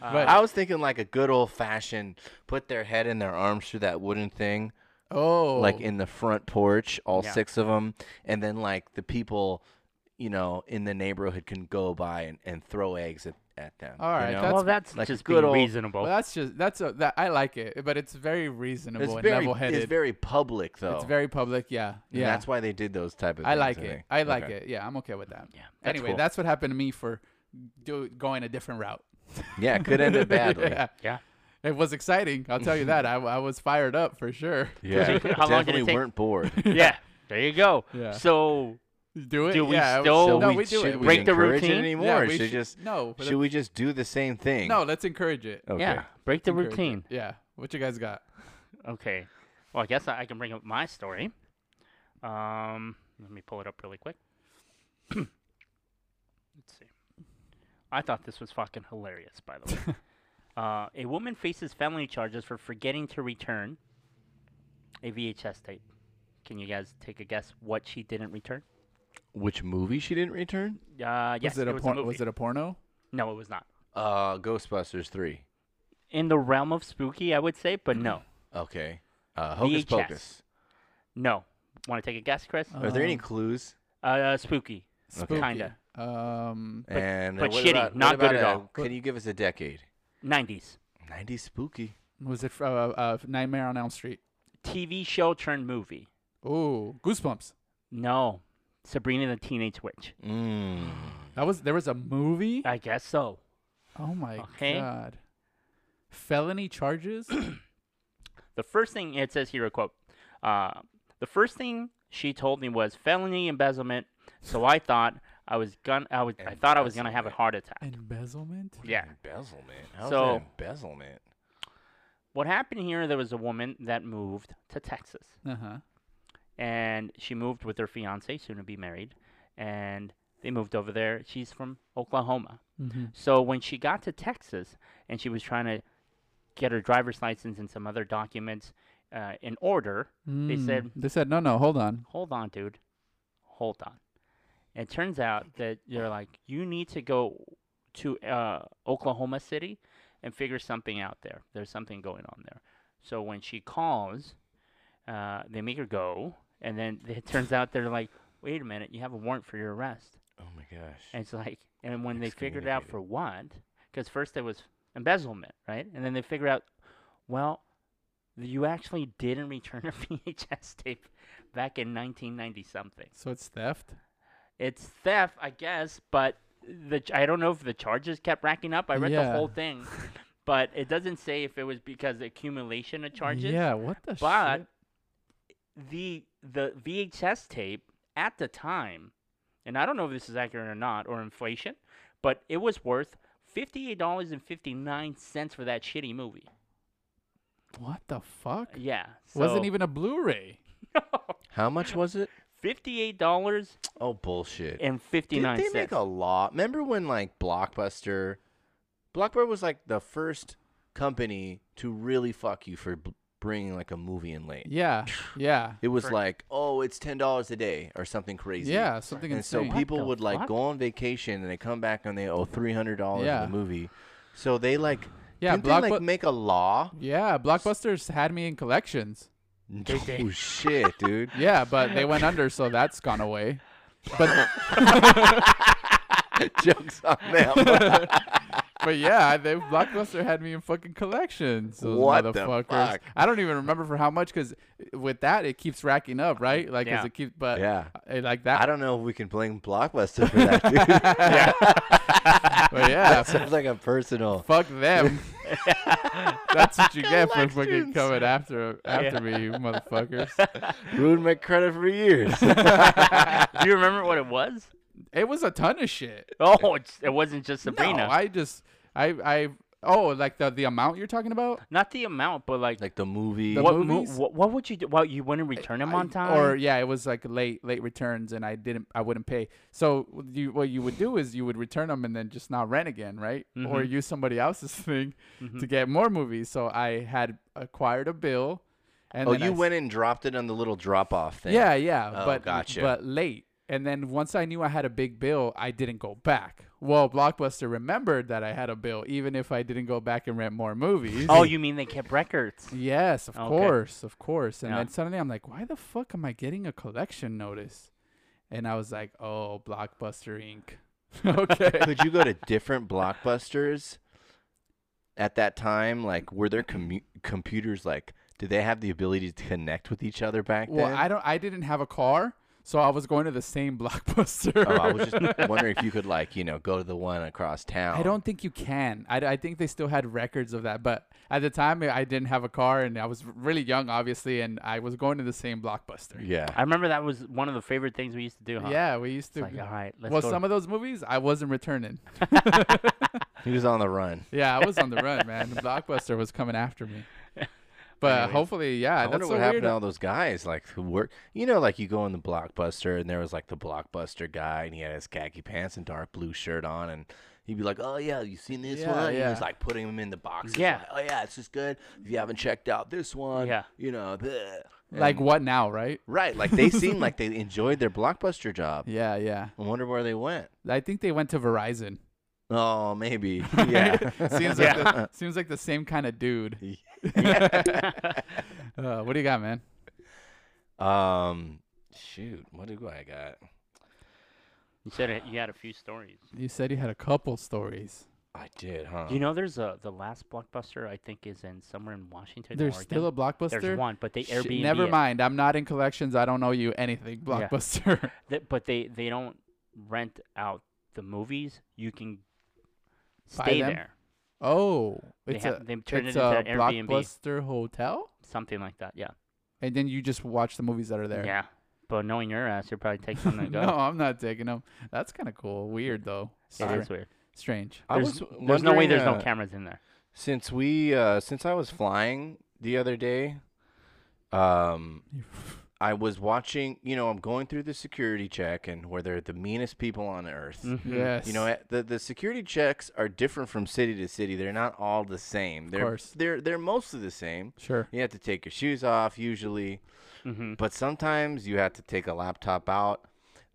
Speaker 1: Uh,
Speaker 3: but
Speaker 2: I was thinking like a good old fashioned put their head and their arms through that wooden thing,
Speaker 3: oh,
Speaker 2: like in the front porch, all
Speaker 1: Yeah.
Speaker 2: six of them, and then like the people, you know, in the neighborhood can go by and, and throw eggs at, at them.
Speaker 3: All
Speaker 2: you
Speaker 3: right,
Speaker 2: know?
Speaker 3: That's-
Speaker 1: well, that's
Speaker 2: like a
Speaker 1: just
Speaker 2: good
Speaker 1: being
Speaker 2: old-
Speaker 1: reasonable.
Speaker 3: Well, that's just that's a that I like it, but it's very reasonable
Speaker 2: it's
Speaker 3: and
Speaker 2: very
Speaker 3: level-headed.
Speaker 2: it's very public though.
Speaker 3: It's very public. Yeah,
Speaker 2: And
Speaker 3: yeah.
Speaker 2: that's why they did those type of.
Speaker 3: I
Speaker 2: things,
Speaker 3: like it.
Speaker 2: think.
Speaker 3: I like
Speaker 2: Okay.
Speaker 3: it. Yeah, I'm okay with that.
Speaker 1: Yeah, that's
Speaker 3: Anyway,
Speaker 1: cool.
Speaker 3: that's what happened to me for do, going a different route.
Speaker 2: Yeah, it could end it badly.
Speaker 3: yeah,
Speaker 1: yeah.
Speaker 3: it was exciting. I'll tell you that. I, I was fired up for sure.
Speaker 2: Yeah,
Speaker 1: How long did
Speaker 2: definitely
Speaker 1: it take?
Speaker 2: weren't bored.
Speaker 1: yeah. There you go.
Speaker 3: Yeah.
Speaker 1: So
Speaker 3: Do it.
Speaker 1: Do we
Speaker 3: yeah, it was-
Speaker 1: still-
Speaker 2: So
Speaker 1: No,
Speaker 2: we,
Speaker 3: we do
Speaker 2: should
Speaker 3: it.
Speaker 2: we
Speaker 1: Break the
Speaker 2: encourage
Speaker 1: routine?
Speaker 2: it anymore?
Speaker 3: Yeah,
Speaker 2: or
Speaker 3: we
Speaker 2: should
Speaker 3: should-
Speaker 2: just
Speaker 3: no, but
Speaker 2: Should we just do the same thing?
Speaker 3: no, let's encourage it.
Speaker 2: Okay.
Speaker 1: yeah, break the
Speaker 3: Encourage it.
Speaker 1: routine.
Speaker 3: Yeah. What you guys got?
Speaker 1: Okay. Well, I guess I I can bring up my story. Um, let me pull it up really quick. Let's see. I thought this was fucking hilarious, by the way. uh, a woman faces felony charges for forgetting to return a VHS tape. Can you guys take a guess what she didn't return?
Speaker 2: Which movie she didn't return?
Speaker 1: Uh, yes,
Speaker 3: was it, a
Speaker 1: was
Speaker 3: porn?
Speaker 1: movie.
Speaker 3: was it a porno?
Speaker 1: No, it was not.
Speaker 2: Uh, Ghostbusters three.
Speaker 1: In the realm of spooky, I would say, but no,
Speaker 2: Okay. Uh, Hocus
Speaker 1: VHS.
Speaker 2: Pocus.
Speaker 3: Mm-hmm.
Speaker 1: no. Want to take a guess, Chris?
Speaker 2: Are there
Speaker 3: Oh.
Speaker 2: any clues?
Speaker 1: Uh, spooky.
Speaker 2: Okay.
Speaker 3: Spooky.
Speaker 1: Kinda.
Speaker 3: Um.
Speaker 2: and uh,
Speaker 1: but
Speaker 2: what
Speaker 1: shitty,
Speaker 2: about- what
Speaker 1: not good
Speaker 2: about,
Speaker 1: at
Speaker 2: uh,
Speaker 1: all.
Speaker 2: Can you give us a decade?
Speaker 1: 90s.
Speaker 2: 90s spooky.
Speaker 3: Was it fr- uh, uh, Nightmare on Elm Street?
Speaker 1: TV show turned movie.
Speaker 3: Ooh, Goosebumps.
Speaker 1: No. Sabrina the Teenage Witch.
Speaker 2: Mm.
Speaker 3: That was there was a movie.
Speaker 1: I guess so.
Speaker 3: Oh my
Speaker 1: Okay.
Speaker 3: god. Felony charges?
Speaker 1: The first thing it says here, a quote, Uh, the first thing she told me was felony embezzlement. So I thought I was gonna, I was, I thought I was gonna have a
Speaker 2: Embezzlement.
Speaker 1: heart attack.
Speaker 3: Embezzlement?
Speaker 1: Yeah.
Speaker 2: Embezzlement. How's
Speaker 1: So-
Speaker 2: that embezzlement?
Speaker 1: What happened here? There was a woman that moved to Texas,
Speaker 3: Uh huh.
Speaker 1: and she moved with her fiance, soon to be married, and they moved over there. She's from Oklahoma.
Speaker 3: Mm-hmm.
Speaker 1: So when she got to Texas and she was trying to get her driver's license and some other documents uh, in order, They said-
Speaker 3: Hmm. they said no, no, hold on.
Speaker 1: hold on, dude, hold on. It turns out that they're like, you need to go to uh, Oklahoma City and figure something out there. There's something going on there. So when she calls, uh, they make her go, and then it turns out they're like, wait a minute, you have a warrant for your arrest.
Speaker 2: Oh my gosh.
Speaker 1: And it's like, and when they figured out
Speaker 2: Excommunicated.
Speaker 1: for what, because first there was embezzlement, right? And then they figured out, well, you actually didn't return a VHS tape back in 1990 something.
Speaker 3: So it's theft.
Speaker 1: It's theft, I guess, but the ch- I don't know if the charges kept racking up. I read
Speaker 3: Yeah.
Speaker 1: the whole thing, but it doesn't say if it was because accumulation of charges.
Speaker 3: Yeah. What the
Speaker 1: But
Speaker 3: shit?
Speaker 1: the the VHS tape at the time, and I don't know if this is accurate or not or inflation, but it was worth fifty eight dollars and fifty nine cents for that shitty movie.
Speaker 3: What the fuck?
Speaker 1: Yeah,
Speaker 3: Wasn't even a Blu-ray.
Speaker 2: How much was it?
Speaker 1: fifty eight dollars
Speaker 2: Oh bullshit.
Speaker 1: and fifty
Speaker 2: Did
Speaker 1: nine
Speaker 2: they
Speaker 1: cents.
Speaker 2: make a law? Remember when like Blockbuster, Blockbuster was like the first company to really fuck you for b- bringing like a movie in late.
Speaker 3: Yeah. Yeah.
Speaker 2: It was
Speaker 1: For-
Speaker 2: like, oh, it's ten dollars a day or something crazy.
Speaker 3: Yeah. Something
Speaker 2: And so
Speaker 3: insane.
Speaker 1: What the
Speaker 2: people would like
Speaker 1: fuck?
Speaker 2: go on vacation and they come back and they owe three hundred dollars
Speaker 3: Yeah.
Speaker 2: for the movie. So they like,
Speaker 3: Yeah,
Speaker 2: didn't they like
Speaker 3: Blockbu-
Speaker 2: make a law?
Speaker 3: yeah. Blockbusters had me in collections.
Speaker 2: No shit, dude.
Speaker 3: Yeah, but they went under, so that's gone away. But
Speaker 2: Jokes on them.
Speaker 3: but yeah, they Blockbuster had me in fucking collections. Those
Speaker 2: What the
Speaker 3: motherfuckers.
Speaker 2: fuck?
Speaker 3: I don't even remember for how much because with that it keeps racking up, right? Like 'cause
Speaker 1: Yeah.
Speaker 3: it keeps, but
Speaker 2: yeah.
Speaker 3: uh, like
Speaker 2: I
Speaker 3: that.
Speaker 2: don't know if we can blame Blockbuster for that, dude.
Speaker 3: But yeah,
Speaker 2: that sounds like a personal.
Speaker 3: fuck them. that's what you get for fucking
Speaker 2: Collections.
Speaker 3: coming after after me, you motherfuckers.
Speaker 2: Ruined my credit for years.
Speaker 1: Do you remember what it was?
Speaker 3: It was a ton of shit.
Speaker 1: Oh, it's, it wasn't just Sabrina.
Speaker 3: No, I just I I oh like the the amount you're talking about.
Speaker 1: Not the amount, but like,
Speaker 2: like the movie.
Speaker 3: The
Speaker 1: what, mo-
Speaker 3: movies?
Speaker 1: what what would you do? Well, you wouldn't return them
Speaker 3: I-
Speaker 1: on time,
Speaker 3: Or yeah, it was like late late returns, and I didn't, I wouldn't pay. So you, what you would do is you would return them and then just not rent again, right? Or
Speaker 1: Mm-hmm.
Speaker 3: use somebody else's thing to get more movies. So I had acquired a bill, and
Speaker 2: oh,
Speaker 3: then I
Speaker 2: you
Speaker 3: s-
Speaker 2: went and dropped it on the little drop off thing.
Speaker 3: Yeah, yeah,
Speaker 2: Oh,
Speaker 3: but
Speaker 2: gotcha.
Speaker 3: but late. And then once I knew I had a big bill, I didn't go back. Well, Blockbuster remembered that I had a bill, even if I didn't go back and rent more movies.
Speaker 1: Oh, you mean they kept records?
Speaker 3: Yes, of
Speaker 1: Okay.
Speaker 3: course, of course. And
Speaker 1: Yeah.
Speaker 3: then suddenly I'm like, why the fuck am I getting a collection notice? And I was like, oh, Blockbuster Inc. okay.
Speaker 2: Could you go to different blockbusters at that time? Like, were their commu- computers like? Did they have the ability to connect with each other back
Speaker 3: well,
Speaker 2: then?
Speaker 3: I don't. I didn't have a car, so I was going to the same Blockbuster.
Speaker 2: oh, I was just wondering if you could like, you know, go to the one across town.
Speaker 3: I don't think you can. I, I think they still had records of that, but at the time I didn't have a car and I was really young, obviously, and I was going to the same Blockbuster.
Speaker 2: Yeah.
Speaker 1: I remember that was one of the favorite things we used to do. Huh?
Speaker 3: Yeah, we used to.
Speaker 1: It's like, all right, let's
Speaker 3: well,
Speaker 1: go.
Speaker 3: some of those movies I wasn't returning.
Speaker 2: He was on the run.
Speaker 3: Yeah, I was on the run, man. Blockbuster was coming after me. But
Speaker 1: Anyways.
Speaker 3: hopefully, yeah,
Speaker 2: I
Speaker 3: that's
Speaker 2: wonder
Speaker 3: so
Speaker 2: what happened
Speaker 3: weird.
Speaker 2: to all those guys like who work. You know, like you go in the blockbuster and there was like the blockbuster guy and he had his khaki pants and dark blue shirt on and he'd be like, "Oh yeah, you seen this
Speaker 3: Yeah,
Speaker 2: one?"
Speaker 3: yeah.
Speaker 2: He was like putting them in the boxes.
Speaker 1: Yeah.
Speaker 2: like, oh yeah, it's just good. If you haven't checked out this one,
Speaker 1: Yeah.
Speaker 2: You know, the
Speaker 3: Like what now, right?
Speaker 2: right. Like they seemed like they enjoyed their blockbuster job.
Speaker 3: Yeah, yeah.
Speaker 2: I wonder where they went.
Speaker 3: I think they went to Verizon.
Speaker 2: Oh, maybe. Yeah.
Speaker 3: seems like the, seems like the same kind of dude. uh, what do you got, man?
Speaker 2: um. Shoot. What do I got?
Speaker 1: You said it, you had a few stories.
Speaker 3: You said you had a couple stories.
Speaker 2: I did, huh?
Speaker 1: You know, there's a the last blockbuster I think is in somewhere in Washington.
Speaker 3: There's still a
Speaker 1: Oregon.
Speaker 3: blockbuster.
Speaker 1: There's one, but they
Speaker 3: Shit,
Speaker 1: Airbnb.
Speaker 3: never
Speaker 1: it.
Speaker 3: mind. I'm not in collections. I don't know you anything.
Speaker 1: Yeah.
Speaker 3: Blockbuster.
Speaker 1: Th- but they they don't rent out the movies. You can
Speaker 3: Buy
Speaker 1: stay
Speaker 3: them?
Speaker 1: there,
Speaker 3: oh,
Speaker 1: They
Speaker 3: it's
Speaker 1: have-
Speaker 3: a
Speaker 1: they've turned
Speaker 3: it's
Speaker 1: it into
Speaker 3: a
Speaker 1: an Airbnb.
Speaker 3: blockbuster hotel.
Speaker 1: something like that. Yeah.
Speaker 3: and then you just watch the movies that are there.
Speaker 1: Yeah. But knowing your ass, you'll probably take something to go.
Speaker 3: No, I'm not taking them. That's kind of cool. Weird though.
Speaker 1: It
Speaker 3: Sorry.
Speaker 1: is weird.
Speaker 3: Strange.
Speaker 2: I
Speaker 1: There's,
Speaker 2: was
Speaker 1: there's no way
Speaker 2: wondering,
Speaker 1: there's no
Speaker 2: uh,
Speaker 1: cameras in there.
Speaker 2: Since we uh since I was flying the other day, um I was watching, you know, I'm going through the security check and where they're the meanest people on earth.
Speaker 1: Mm. Mm-hmm.
Speaker 3: Yes.
Speaker 2: You know, eh, the the security checks are different from city to city. They're not all the same. They're
Speaker 3: course.
Speaker 2: they're they're mostly the same.
Speaker 3: Sure.
Speaker 2: You have to take your shoes off usually,
Speaker 1: Mm-hmm.
Speaker 2: but sometimes you have to take a laptop out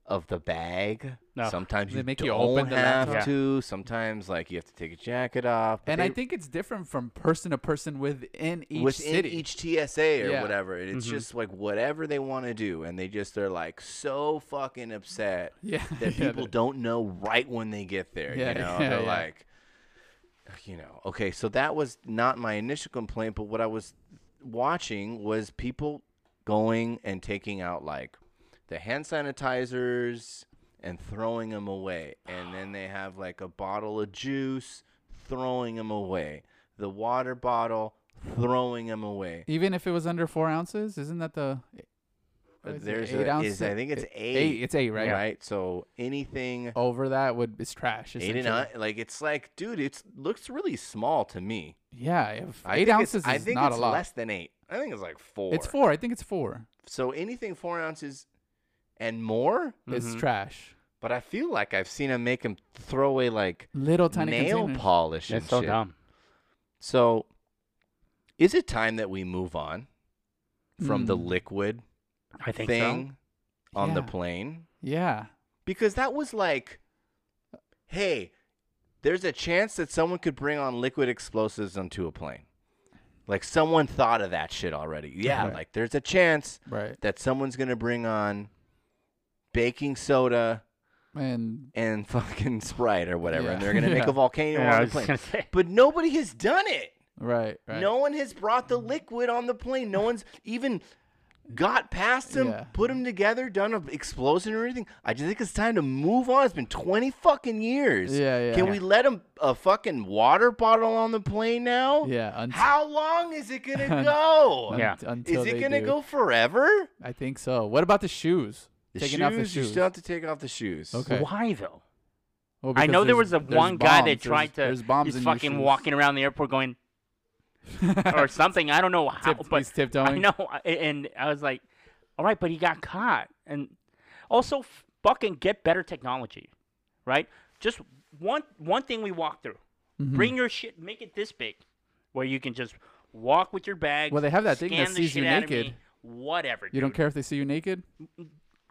Speaker 2: of the bag.
Speaker 1: No.
Speaker 2: Sometimes
Speaker 3: They
Speaker 2: you
Speaker 3: make
Speaker 2: don't
Speaker 3: you open the
Speaker 2: have
Speaker 1: laptop.
Speaker 2: to. Sometimes like you have to take your jacket off. but
Speaker 3: And I
Speaker 2: they-
Speaker 3: think it's different from person to person within each
Speaker 2: within
Speaker 3: city.
Speaker 2: each TSA or
Speaker 3: Yeah. Mm-hmm.
Speaker 2: whatever. And it's just like whatever they want to do, and they just they're like so fucking upset
Speaker 3: yeah.
Speaker 2: that
Speaker 3: yeah,
Speaker 2: people don't know right when they get there.
Speaker 3: Yeah,
Speaker 2: you know,
Speaker 3: yeah,
Speaker 2: they're
Speaker 3: yeah.
Speaker 2: like, you know, okay. So that was not my initial complaint, but what I was watching was people going and taking out like the hand sanitizers and throwing them away, and then they have like a bottle of juice, throwing them away, the water bottle, throwing them away.
Speaker 3: Even if it was under four ounces, isn't that the? what is it,
Speaker 2: There's
Speaker 3: eight
Speaker 2: a-
Speaker 3: ounce
Speaker 2: is- I think it's
Speaker 3: Eight-
Speaker 2: eight.
Speaker 3: It's eight, right?
Speaker 2: Right. So anything
Speaker 3: Over that would is trash.
Speaker 2: eight and
Speaker 3: essentially.
Speaker 2: nine, like it's like, dude, it's looks really small to me.
Speaker 3: Yeah, if
Speaker 2: I
Speaker 3: eight
Speaker 2: think
Speaker 3: ounces
Speaker 2: it's,
Speaker 3: is
Speaker 2: I think
Speaker 3: not
Speaker 2: it's
Speaker 3: a lot.
Speaker 2: less than eight. I think it's like four.
Speaker 3: It's four. I think it's 4
Speaker 2: So anything four ounces and more.
Speaker 3: It's
Speaker 1: Mhm.
Speaker 3: trash.
Speaker 2: But I feel like I've seen them make them throw away like
Speaker 3: Little tiny
Speaker 2: nail
Speaker 3: containers.
Speaker 2: polish and
Speaker 1: It's so
Speaker 2: shit.
Speaker 1: dumb.
Speaker 2: So, is it time that we move on from the
Speaker 3: Mm.
Speaker 2: liquid
Speaker 1: I think
Speaker 2: thing on the
Speaker 3: Yeah.
Speaker 2: plane?
Speaker 3: Yeah.
Speaker 2: because that was like, hey, there's a chance that someone could bring on liquid explosives onto a plane. Like someone thought of that shit already. Yeah,
Speaker 3: Right.
Speaker 2: like there's a chance
Speaker 3: Right.
Speaker 2: that someone's gonna bring on baking soda
Speaker 3: And
Speaker 2: and fucking Sprite or whatever, and
Speaker 3: Yeah.
Speaker 2: they're gonna make
Speaker 3: Yeah.
Speaker 2: a volcano
Speaker 1: so. Yeah, I
Speaker 2: on the
Speaker 1: was
Speaker 2: plane.
Speaker 1: just gonna say.
Speaker 2: But nobody has done it.
Speaker 3: right. Right.
Speaker 2: No one has brought the liquid on the plane. No one's even got past them,
Speaker 3: Yeah.
Speaker 2: put them together, done an explosion or anything. I just think it's time to move on. It's been 20 fucking years.
Speaker 3: Yeah, yeah.
Speaker 2: Can we let them a fucking water bottle on the plane now?
Speaker 3: Yeah. un-
Speaker 2: How long is it going to go?
Speaker 3: un-
Speaker 1: Yeah.
Speaker 3: Until
Speaker 2: Is
Speaker 3: they
Speaker 2: it going to
Speaker 3: do.
Speaker 2: go forever?
Speaker 3: I think so. What about the shoes?
Speaker 2: The
Speaker 3: Taking
Speaker 2: shoes,
Speaker 3: off the
Speaker 2: you
Speaker 3: shoes.
Speaker 2: still have to take off the shoes.
Speaker 3: Okay.
Speaker 1: Why though?
Speaker 3: Well,
Speaker 1: I
Speaker 3: because
Speaker 1: know there
Speaker 3: there's-
Speaker 1: was a
Speaker 3: there's
Speaker 1: one guy that
Speaker 3: bombs.
Speaker 1: tried to.
Speaker 3: There's, there's bombs
Speaker 1: he's
Speaker 3: in your
Speaker 1: fucking
Speaker 3: shoes.
Speaker 1: walking around the airport going or something. I don't know how,
Speaker 3: Tip-
Speaker 1: but
Speaker 3: he's tiptoeing.
Speaker 1: I know. I- And I was like, all right, but he got caught. And also, fucking get better technology, right? Just one one thing we walk through.
Speaker 3: Mm-hmm.
Speaker 1: Bring your shit, make it this big, where you can just walk with your bag.
Speaker 3: Well, they have that thing that
Speaker 1: scan the
Speaker 3: sees you
Speaker 1: shit out of me,
Speaker 3: naked.
Speaker 1: Whatever.
Speaker 3: You don't
Speaker 1: dude.
Speaker 3: care if they see you naked?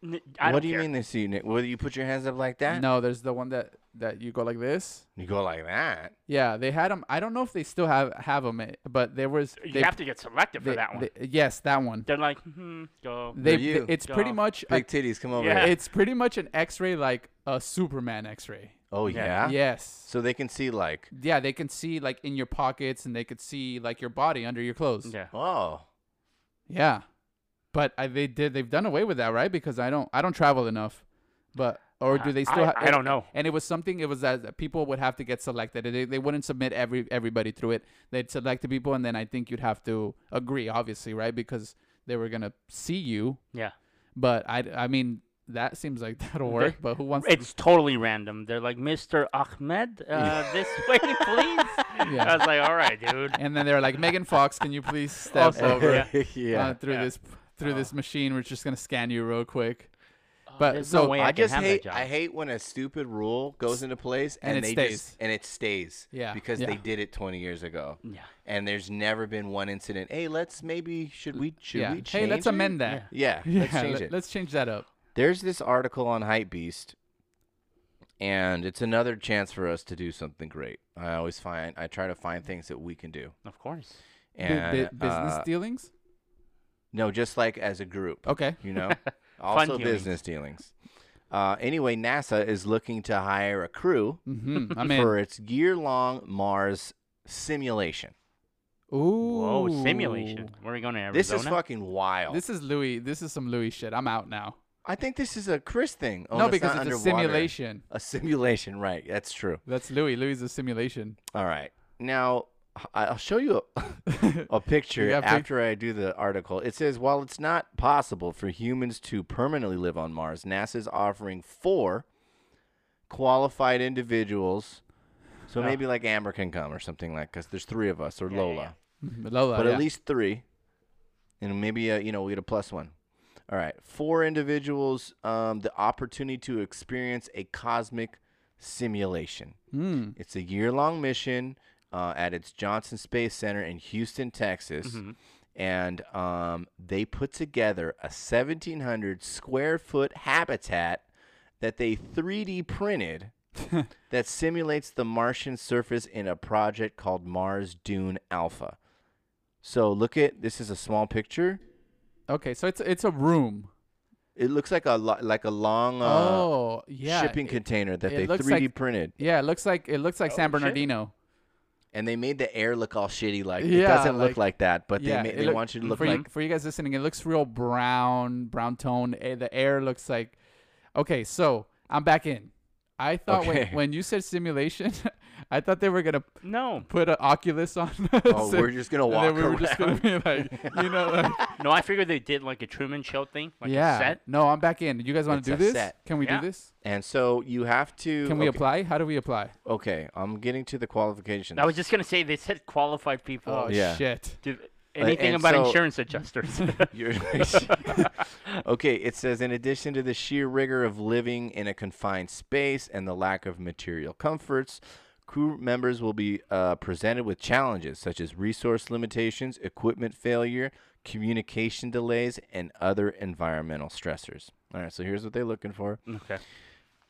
Speaker 1: N- I
Speaker 2: what
Speaker 1: don't
Speaker 2: do you
Speaker 1: care.
Speaker 2: mean they see you? Nick? Whether you put your hands up like that?
Speaker 3: No, there's the one that that you go like this.
Speaker 2: You go like that.
Speaker 3: Yeah, they had them. I don't know if they still have have them, but there was.
Speaker 1: You
Speaker 3: they,
Speaker 1: have to get selected
Speaker 3: they-
Speaker 1: for that one.
Speaker 3: they- yes, that one.
Speaker 1: They're like, hmm, go.
Speaker 3: They,
Speaker 2: They're you.
Speaker 3: it's pretty
Speaker 1: Go.
Speaker 3: much a,
Speaker 2: Big titties, come over
Speaker 1: Yeah.
Speaker 2: here.
Speaker 3: it's pretty much an X-ray like a Superman X-ray.
Speaker 2: Oh,
Speaker 1: Yeah.
Speaker 2: yeah?
Speaker 3: Yes.
Speaker 2: So they can see like,
Speaker 3: Yeah, they can see like in your pockets and they could see like your body under your clothes.
Speaker 1: yeah.
Speaker 2: oh,
Speaker 3: Yeah. But I, they did they've done away with that, right? Because I don't I don't travel enough. But or do
Speaker 1: I-
Speaker 3: they still
Speaker 1: I-
Speaker 3: ha-
Speaker 1: I don't know.
Speaker 3: And it was something it was that that people would have to get selected. They, they wouldn't submit every everybody through it. They'd select the people and then I think you'd have to agree obviously, right? Because they were going to see you.
Speaker 1: Yeah.
Speaker 3: But I I mean that seems like that'll work, but who wants
Speaker 1: It's totally random. They're like, Mr. Ahmed, uh, this way, please. I was like, all right, dude.
Speaker 3: and then they were like, Megan Fox, can you please step
Speaker 1: Also,
Speaker 3: over
Speaker 1: yeah.
Speaker 2: yeah.
Speaker 3: uh, through
Speaker 1: yeah.
Speaker 3: this through this machine? We're just gonna scan you real quick.
Speaker 1: Oh,
Speaker 3: But
Speaker 1: there's
Speaker 3: so
Speaker 1: no way
Speaker 2: I,
Speaker 1: I, can
Speaker 2: just
Speaker 1: have
Speaker 2: hate.
Speaker 1: That job.
Speaker 2: I hate when a stupid rule goes into place and,
Speaker 3: and it
Speaker 2: they
Speaker 3: stays.
Speaker 2: just and it stays.
Speaker 3: Yeah,
Speaker 2: Because
Speaker 3: yeah.
Speaker 2: they did it 20 years ago.
Speaker 1: Yeah.
Speaker 2: And there's never been one incident. Hey, let's maybe should we should
Speaker 3: yeah.
Speaker 2: we change?
Speaker 3: hey, let's
Speaker 2: it?"
Speaker 3: amend that.
Speaker 2: Yeah, let's
Speaker 3: Yeah,
Speaker 2: change
Speaker 3: let-
Speaker 2: it.
Speaker 3: let's change that up.
Speaker 2: There's this article on Hypebeast, and it's another chance for us to do something great. I always find I try to find things that we can do.
Speaker 1: Of course.
Speaker 3: Bu-
Speaker 2: And
Speaker 3: bu- business
Speaker 2: uh,
Speaker 3: dealings.
Speaker 2: no, just like as a group.
Speaker 3: Okay.
Speaker 2: you know also
Speaker 1: dealings.
Speaker 2: business dealings uh, anyway nasa is looking to hire a crew
Speaker 3: hmm I'm in.
Speaker 2: for its year-long mars simulation
Speaker 3: Ooh.
Speaker 1: Whoa, simulation. Where are we going to Arizona?
Speaker 2: this is fucking wild
Speaker 3: This is Louis. This is some Louis shit. I'm out now.
Speaker 2: i think this is a chris thing oh,
Speaker 3: no,
Speaker 2: it's
Speaker 3: because it's
Speaker 2: not
Speaker 3: a
Speaker 2: underwater.
Speaker 3: simulation.
Speaker 2: a simulation right that's true
Speaker 3: That's Louis. Louis is a simulation.
Speaker 2: all right now I'll show you a, a picture
Speaker 3: got pic-
Speaker 2: after I do the article. It says while it's not possible for humans to permanently live on Mars, NASA's offering four qualified individuals. So
Speaker 1: Yeah.
Speaker 2: maybe like Amber can come or something like because there's three of us or
Speaker 1: Yeah, yeah,
Speaker 2: Lola,
Speaker 1: yeah.
Speaker 3: Lola,
Speaker 2: but
Speaker 3: yeah.
Speaker 2: at least three, and maybe uh, you know we get a plus one. All right, four individuals, um, the opportunity to experience a cosmic simulation.
Speaker 3: Hmm.
Speaker 2: It's a year long mission uh, at its Johnson Space Center in Houston, Texas.
Speaker 1: Mm-hmm.
Speaker 2: And um, they put together a 1,700 square foot habitat that they 3D printed that simulates the Martian surface in a project called Mars Dune Alpha. So look at this is a small picture.
Speaker 3: Okay, so it's it's a room.
Speaker 2: It looks like a lo- like a long uh,
Speaker 3: oh, yeah.
Speaker 2: shipping
Speaker 3: it-
Speaker 2: container that
Speaker 3: it
Speaker 2: they
Speaker 3: looks
Speaker 2: 3D
Speaker 3: like-
Speaker 2: printed.
Speaker 3: yeah, it looks like it looks like
Speaker 1: Oh,
Speaker 3: San
Speaker 1: shit.
Speaker 3: Bernardino.
Speaker 2: and they made the air look all shitty. Like it
Speaker 3: Yeah,
Speaker 2: doesn't look
Speaker 3: like-
Speaker 2: like that, but
Speaker 3: yeah,
Speaker 2: they ma-
Speaker 3: it
Speaker 2: they
Speaker 3: look-
Speaker 2: want you to look
Speaker 3: for
Speaker 2: like
Speaker 3: you, for you guys listening, it looks real brown, brown tone. Eh, The air looks like okay. So I'm back in. I thought when,
Speaker 2: Okay.
Speaker 3: when you said simulation, I thought they were gonna
Speaker 1: No,
Speaker 3: put an Oculus on. Us
Speaker 2: oh, we're just gonna
Speaker 3: and
Speaker 2: walk
Speaker 3: then we were just gonna
Speaker 2: around.
Speaker 3: be like, you know, like,
Speaker 1: no. I figured they did like a Truman Show thing, like
Speaker 3: yeah.
Speaker 1: a set.
Speaker 3: No, I'm back in. You guys want
Speaker 2: It's
Speaker 3: to do
Speaker 2: a
Speaker 3: this?
Speaker 2: set.
Speaker 3: Can we
Speaker 1: Yeah.
Speaker 3: do this?
Speaker 2: And so you have to.
Speaker 3: Can we
Speaker 2: okay,
Speaker 3: apply? How do we apply?
Speaker 2: Okay, I'm getting to the qualifications.
Speaker 1: I was just gonna say they said qualified people.
Speaker 3: Oh
Speaker 2: yeah.
Speaker 3: shit!
Speaker 1: Do anything
Speaker 2: and
Speaker 1: about
Speaker 2: so-
Speaker 1: insurance adjusters?
Speaker 2: You're- okay, it says in addition to the sheer rigor of living in a confined space and the lack of material comforts, crew members will be uh, presented with challenges such as resource limitations, equipment failure, communication delays, and other environmental stressors. All right, so here's what they're looking for.
Speaker 1: okay.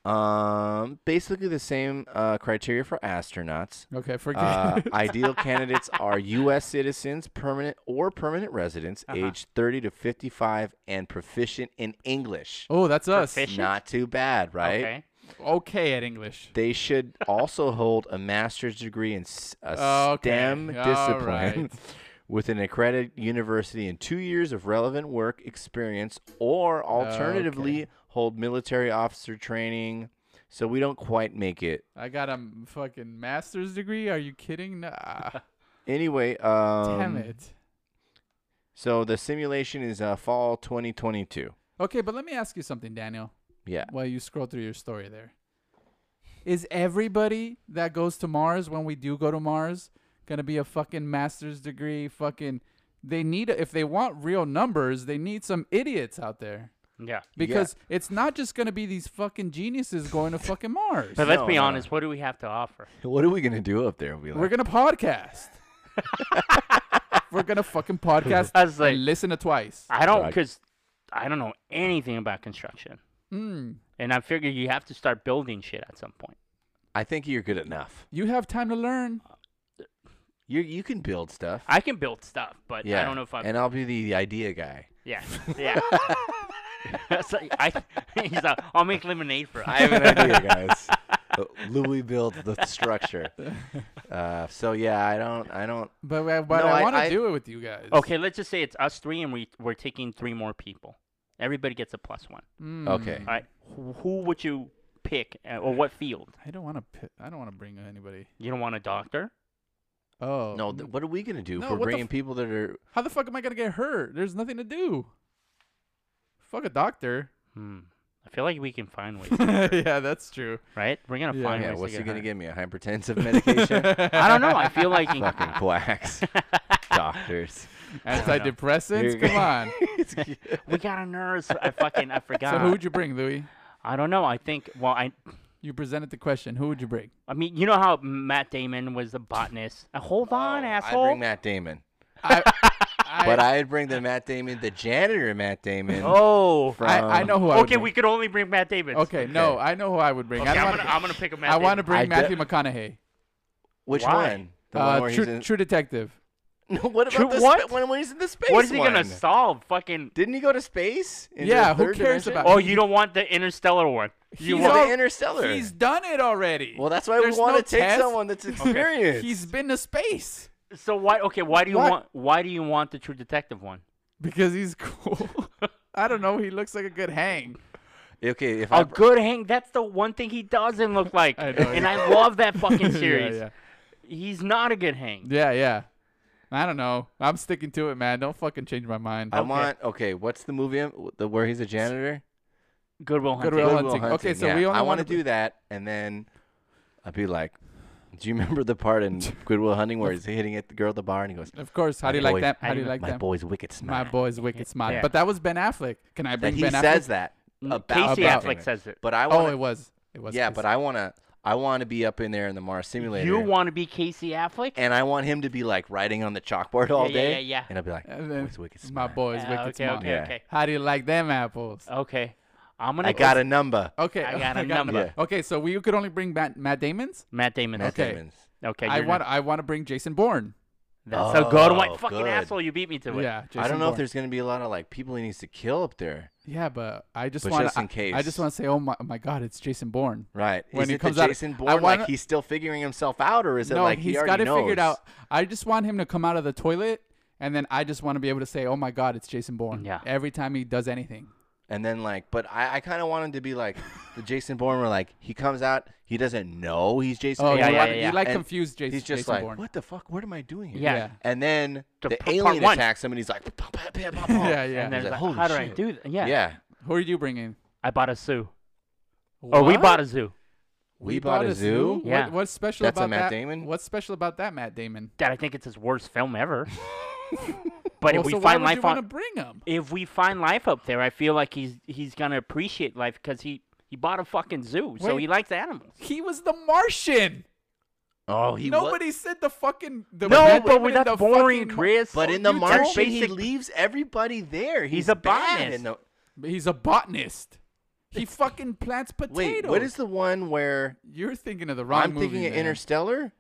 Speaker 2: Um, basically the same uh, criteria for astronauts.
Speaker 3: Okay, forget.
Speaker 2: Uh,
Speaker 3: it.
Speaker 2: ideal candidates are U.S. citizens, permanent or permanent residents,
Speaker 3: Uh-huh.
Speaker 2: aged 30 to 55, and proficient in English.
Speaker 3: oh, that's us.
Speaker 1: Proficient?
Speaker 2: Not too bad, right?
Speaker 1: Okay.
Speaker 3: Okay at English.
Speaker 2: They should also hold a master's degree in s- a
Speaker 3: Oh, Okay,
Speaker 2: STEM
Speaker 3: all
Speaker 2: discipline
Speaker 3: right.
Speaker 2: with an accredited university and two years of relevant work experience, or alternatively, hold military officer training. So we don't quite make it.
Speaker 3: I got a m- fucking master's degree. Are you kidding? Nah.
Speaker 2: Anyway, um,
Speaker 3: Damn it.
Speaker 2: So the simulation is uh, fall 2022.
Speaker 3: Okay, but let me ask you something, Daniel.
Speaker 2: Yeah.
Speaker 3: While you scroll through your story there, is everybody that goes to Mars when we do go to Mars gonna be a fucking master's degree? Fucking, they need if they want real numbers, they need some idiots out there.
Speaker 1: Yeah.
Speaker 3: Because it's not just gonna be these fucking geniuses going to fucking Mars.
Speaker 1: But let's
Speaker 2: No,
Speaker 1: be
Speaker 2: no.
Speaker 1: honest. What do we have to offer?
Speaker 2: What are we gonna do up there? We
Speaker 3: We're gonna podcast. We're gonna fucking podcast
Speaker 1: I was like-
Speaker 3: and listen to twice.
Speaker 1: I don't,
Speaker 2: Right.
Speaker 1: because I don't know anything about construction,
Speaker 3: Mm,
Speaker 1: and I figure you have to start building shit at some point.
Speaker 2: I think you're good enough.
Speaker 3: you have time to learn.
Speaker 2: You you can build stuff.
Speaker 1: I can build stuff, but I don't know if I'm.
Speaker 2: And I'll be the, the idea guy.
Speaker 1: yeah. Yeah. It's like, I, he's like, I'll make lemonade for
Speaker 2: I have an idea, guys. Uh, Louis builds the structure. Uh, so yeah, I don't. I don't.
Speaker 3: But I- but
Speaker 2: No,
Speaker 3: I
Speaker 2: I-
Speaker 3: want
Speaker 2: I-
Speaker 3: to do it with you guys.
Speaker 1: Okay, let's just say it's us three, and we we're taking three more people. Everybody gets a plus one.
Speaker 3: Mm,
Speaker 2: Okay.
Speaker 1: All right, who, who would you pick, uh, or what field?
Speaker 3: I don't want to. I don't want to bring anybody.
Speaker 1: You don't want a doctor?
Speaker 3: Oh
Speaker 2: No. Th- what are we gonna do?
Speaker 3: No,
Speaker 2: if we're
Speaker 3: what the
Speaker 2: bringing
Speaker 3: f-
Speaker 2: people that are.
Speaker 3: How the fuck am I gonna get hurt? There's nothing to do. Fuck a doctor.
Speaker 1: Hmm. I feel like we can find ways,
Speaker 3: yeah, that's true.
Speaker 1: right? We're gonna
Speaker 3: Yeah.
Speaker 1: find
Speaker 2: Yeah.
Speaker 1: ways.
Speaker 2: What's
Speaker 1: to
Speaker 2: he
Speaker 1: get
Speaker 2: gonna
Speaker 1: her.
Speaker 2: give me? A hypertensive medication?
Speaker 1: I don't know. I feel like in-
Speaker 2: Fucking quacks. Doctors.
Speaker 3: Antidepressants. Come on.
Speaker 1: we got a nurse. I fucking I forgot.
Speaker 3: So who would you bring, Louis?
Speaker 1: I don't know. I think. Well, I
Speaker 3: You presented the question. Who would you bring?
Speaker 1: I mean, you know how Matt Damon was the botanist. Uh, hold on, asshole.
Speaker 2: I Oh, bring Matt Damon.
Speaker 3: I, I,
Speaker 2: But I'd bring the Matt Damon, the janitor Matt Damon.
Speaker 1: oh.
Speaker 2: from,
Speaker 3: I, I know who. I would
Speaker 1: Okay,
Speaker 3: bring.
Speaker 1: we could only bring Matt Damon.
Speaker 3: Okay, no, I know who I would bring.
Speaker 1: Okay,
Speaker 3: I
Speaker 1: I'm
Speaker 3: want
Speaker 1: gonna I'm gonna pick a Matt.
Speaker 3: I want to bring
Speaker 2: I de-
Speaker 3: Matthew McConaughey.
Speaker 2: Which
Speaker 1: Why?
Speaker 2: one? The one
Speaker 3: Uh,
Speaker 2: where
Speaker 3: true,
Speaker 2: he's in,
Speaker 3: true Detective.
Speaker 2: No, what
Speaker 1: True-
Speaker 2: about the
Speaker 1: what?
Speaker 2: spa- when when he's in the space?
Speaker 1: What is he gonna
Speaker 2: one?
Speaker 1: solve? Fucking.
Speaker 2: Didn't he go to space? Into
Speaker 3: Yeah,
Speaker 2: the
Speaker 3: who
Speaker 2: third
Speaker 3: cares
Speaker 2: dimension?
Speaker 3: about-
Speaker 1: Oh, you don't want the Interstellar one. You
Speaker 3: He's
Speaker 1: want?
Speaker 2: the
Speaker 3: al-
Speaker 2: Interstellar.
Speaker 3: He's done it already.
Speaker 2: Well, that's why
Speaker 3: There's
Speaker 2: we want
Speaker 3: no
Speaker 2: to take
Speaker 3: test.
Speaker 2: someone that's experienced.
Speaker 3: He's been to space
Speaker 1: So why? Okay, why do you
Speaker 3: What?
Speaker 1: want? Why do you want the True Detective one?
Speaker 3: because he's cool. I don't know. He looks like a good hang.
Speaker 2: okay, if I
Speaker 1: A good hang. That's the one thing he doesn't look like,
Speaker 3: I know,
Speaker 1: and
Speaker 3: yeah.
Speaker 1: I love that fucking
Speaker 3: Yeah,
Speaker 1: series.
Speaker 3: yeah.
Speaker 1: He's not a good hang.
Speaker 3: Yeah, yeah. I don't know. I'm sticking to it, man. Don't fucking change my mind.
Speaker 2: I want okay. What's the movie I'm- the, where he's a janitor?
Speaker 1: Goodwill Hunting.
Speaker 3: Goodwill Will Hunting. Okay, so we only
Speaker 2: I
Speaker 3: wanna
Speaker 2: want to
Speaker 3: put-
Speaker 2: do that, and then I'd be like, "Do you remember the part in Goodwill Hunting where he's hitting at the girl at the bar and he goes,
Speaker 3: Of course. How do you
Speaker 2: My
Speaker 3: like
Speaker 2: boy-
Speaker 3: that? How
Speaker 1: I
Speaker 3: do you
Speaker 1: didn't-
Speaker 3: like
Speaker 2: my
Speaker 3: that?
Speaker 2: boy's wicked
Speaker 3: My
Speaker 2: smart.'
Speaker 3: boy's wicked smart.
Speaker 1: Yeah.
Speaker 3: But that was Ben Affleck. Can I
Speaker 2: that
Speaker 3: bring
Speaker 2: he
Speaker 3: Ben Affleck?
Speaker 2: says that about
Speaker 1: Casey
Speaker 2: that.
Speaker 3: About-
Speaker 1: Affleck says it.
Speaker 2: But I
Speaker 3: oh,
Speaker 2: want
Speaker 3: it was. It was.
Speaker 2: yeah,
Speaker 3: Casey.
Speaker 2: but I want to I want to be up in there in the Mars simulator.
Speaker 1: You want to be Casey Affleck?
Speaker 2: and I want him to be like writing on the chalkboard all
Speaker 1: yeah,
Speaker 2: day.
Speaker 1: yeah, yeah.
Speaker 2: And I'll be like,
Speaker 3: And then
Speaker 2: boy's wicked
Speaker 3: my
Speaker 2: smart.
Speaker 3: boy's
Speaker 1: Uh,
Speaker 3: wicked
Speaker 1: okay,
Speaker 3: smart.
Speaker 1: okay,
Speaker 2: Yeah.
Speaker 1: okay,
Speaker 3: How do you like them apples?
Speaker 1: okay. I'm gonna.
Speaker 2: I got a number.
Speaker 3: Okay.
Speaker 1: I got a number.
Speaker 2: Yeah.
Speaker 3: Okay, so we could only bring Matt, Matt Damon's.
Speaker 1: Matt Damon.
Speaker 2: Matt
Speaker 3: Okay.
Speaker 2: Damon's.
Speaker 1: Okay,
Speaker 3: I
Speaker 1: you're
Speaker 3: want.
Speaker 1: not-
Speaker 3: I want to bring Jason Bourne.
Speaker 1: That's a good one.
Speaker 2: Oh,
Speaker 1: Fucking
Speaker 2: good.
Speaker 1: asshole, you beat me to it.
Speaker 3: Yeah. Jason
Speaker 2: I don't know
Speaker 3: Bourne.
Speaker 2: if there's gonna be a lot of like people he needs to kill up there.
Speaker 3: Yeah, but I just
Speaker 2: But
Speaker 3: want.
Speaker 2: just in
Speaker 3: I
Speaker 2: case.
Speaker 3: just want to say, oh my, oh my God, it's Jason Bourne.
Speaker 2: Right.
Speaker 3: When
Speaker 2: is
Speaker 3: he
Speaker 2: it
Speaker 3: comes
Speaker 2: the
Speaker 3: out-
Speaker 2: Jason
Speaker 3: I
Speaker 2: Bourne
Speaker 3: wanna-
Speaker 2: like he's still figuring himself out or is it
Speaker 3: no,
Speaker 2: like
Speaker 3: he's
Speaker 2: he
Speaker 3: got
Speaker 2: already
Speaker 3: it figured out.
Speaker 2: knows?
Speaker 3: I just want him to come out of the toilet, and then I just want to be able to say, oh my God, it's Jason Bourne.
Speaker 1: Yeah.
Speaker 3: Every time he does anything.
Speaker 2: And then like, but I, I kind of want him to be like the Jason Bourne, where like he comes out, he doesn't know he's Jason.
Speaker 3: Oh,
Speaker 2: Bourne.
Speaker 1: yeah,
Speaker 3: you,
Speaker 1: yeah,
Speaker 3: want-
Speaker 1: yeah,
Speaker 3: you
Speaker 1: yeah.
Speaker 3: like
Speaker 2: And
Speaker 3: confused Jason,
Speaker 2: He's just
Speaker 3: Jason
Speaker 2: like,
Speaker 3: Bourne.
Speaker 2: what the fuck? What am I doing? Here?
Speaker 1: Yeah.
Speaker 3: Yeah.
Speaker 2: And then
Speaker 1: The
Speaker 2: the,
Speaker 1: p- part
Speaker 2: alien
Speaker 1: one.
Speaker 2: attacks him, and he's like, "Pop, pop, pop, pop, pop."
Speaker 3: Yeah, yeah.
Speaker 1: And then
Speaker 2: He's
Speaker 1: like,
Speaker 2: like, "Holy
Speaker 1: how do I
Speaker 2: shit."
Speaker 1: do that? Yeah.
Speaker 2: yeah.
Speaker 3: Who are you bringing?
Speaker 1: I bought a zoo. Oh, we
Speaker 3: What?
Speaker 1: bought a zoo.
Speaker 2: We, bought, a zoo.
Speaker 1: Yeah.
Speaker 3: What, what's special
Speaker 2: That's a
Speaker 3: about
Speaker 2: Matt
Speaker 3: that?
Speaker 2: Damon?
Speaker 3: What's special about that, Matt Damon?
Speaker 1: That I think it's his worst film ever. but
Speaker 3: Well,
Speaker 1: if we
Speaker 3: so
Speaker 1: find
Speaker 3: why would you
Speaker 1: life on,
Speaker 3: want to bring him?
Speaker 1: if we find life up there, I feel like he's he's gonna appreciate life because he he bought a fucking zoo, so
Speaker 3: Wait.
Speaker 1: he likes animals.
Speaker 3: He was the Martian.
Speaker 2: Oh, he was.
Speaker 3: Nobody said the fucking. The
Speaker 1: no,
Speaker 3: Matt
Speaker 1: but
Speaker 3: Damon
Speaker 1: we're
Speaker 3: and
Speaker 1: not
Speaker 3: the
Speaker 1: boring,
Speaker 3: fucking-
Speaker 1: Chris.
Speaker 2: But in the
Speaker 3: You
Speaker 2: Martian,
Speaker 3: told-
Speaker 2: he
Speaker 1: basic-
Speaker 2: leaves everybody there. He's,
Speaker 1: a
Speaker 2: bad.
Speaker 1: botanist.
Speaker 2: in the-
Speaker 3: But He's a botanist. He fucking plants potatoes.
Speaker 2: Wait, what is the one where
Speaker 3: You're thinking of the wrong
Speaker 2: I'm
Speaker 3: movie.
Speaker 2: thinking of
Speaker 3: man.
Speaker 2: Interstellar?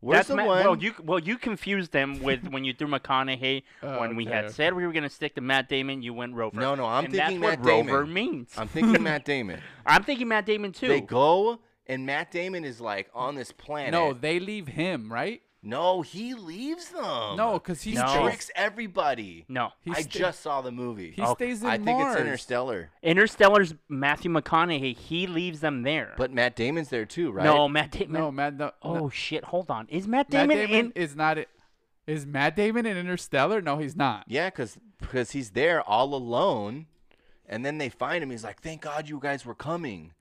Speaker 2: Where's
Speaker 1: That's
Speaker 2: the
Speaker 1: Ma-
Speaker 2: one?
Speaker 1: Well, you well you confused them with when you threw McConaughey
Speaker 3: Oh,
Speaker 1: when we had
Speaker 3: okay.
Speaker 1: said we were gonna stick to Matt Damon. You went Rover.
Speaker 2: No, no, I'm
Speaker 1: and
Speaker 2: thinking
Speaker 1: that's
Speaker 2: Matt
Speaker 1: what Rover
Speaker 2: Damon.
Speaker 1: means.
Speaker 2: I'm thinking Matt Damon.
Speaker 1: I'm thinking Matt Damon too.
Speaker 2: They go and Matt Damon is like on this planet.
Speaker 3: No, they leave him right.
Speaker 2: no, he leaves them.
Speaker 3: No, because he
Speaker 2: he
Speaker 1: No.
Speaker 2: tricks everybody.
Speaker 1: no,
Speaker 3: He
Speaker 2: I
Speaker 3: sta-
Speaker 2: just saw the movie.
Speaker 3: He
Speaker 1: Okay.
Speaker 3: stays in
Speaker 2: I think
Speaker 3: Mars.
Speaker 2: it's Interstellar,
Speaker 1: Interstellar's Matthew McConaughey. He leaves them there.
Speaker 2: but Matt Damon's there too, right?
Speaker 1: no, Matt Damon.
Speaker 3: No, Matt. No,
Speaker 1: oh
Speaker 3: no.
Speaker 1: shit! Hold on. Is Matt
Speaker 3: Matt
Speaker 1: Damon,
Speaker 3: Damon
Speaker 1: in?
Speaker 3: is not. i- Is Matt Damon in Interstellar? No, he's not.
Speaker 2: Yeah, because he's there all alone, and then they find him. He's like, "Thank God you guys were coming,"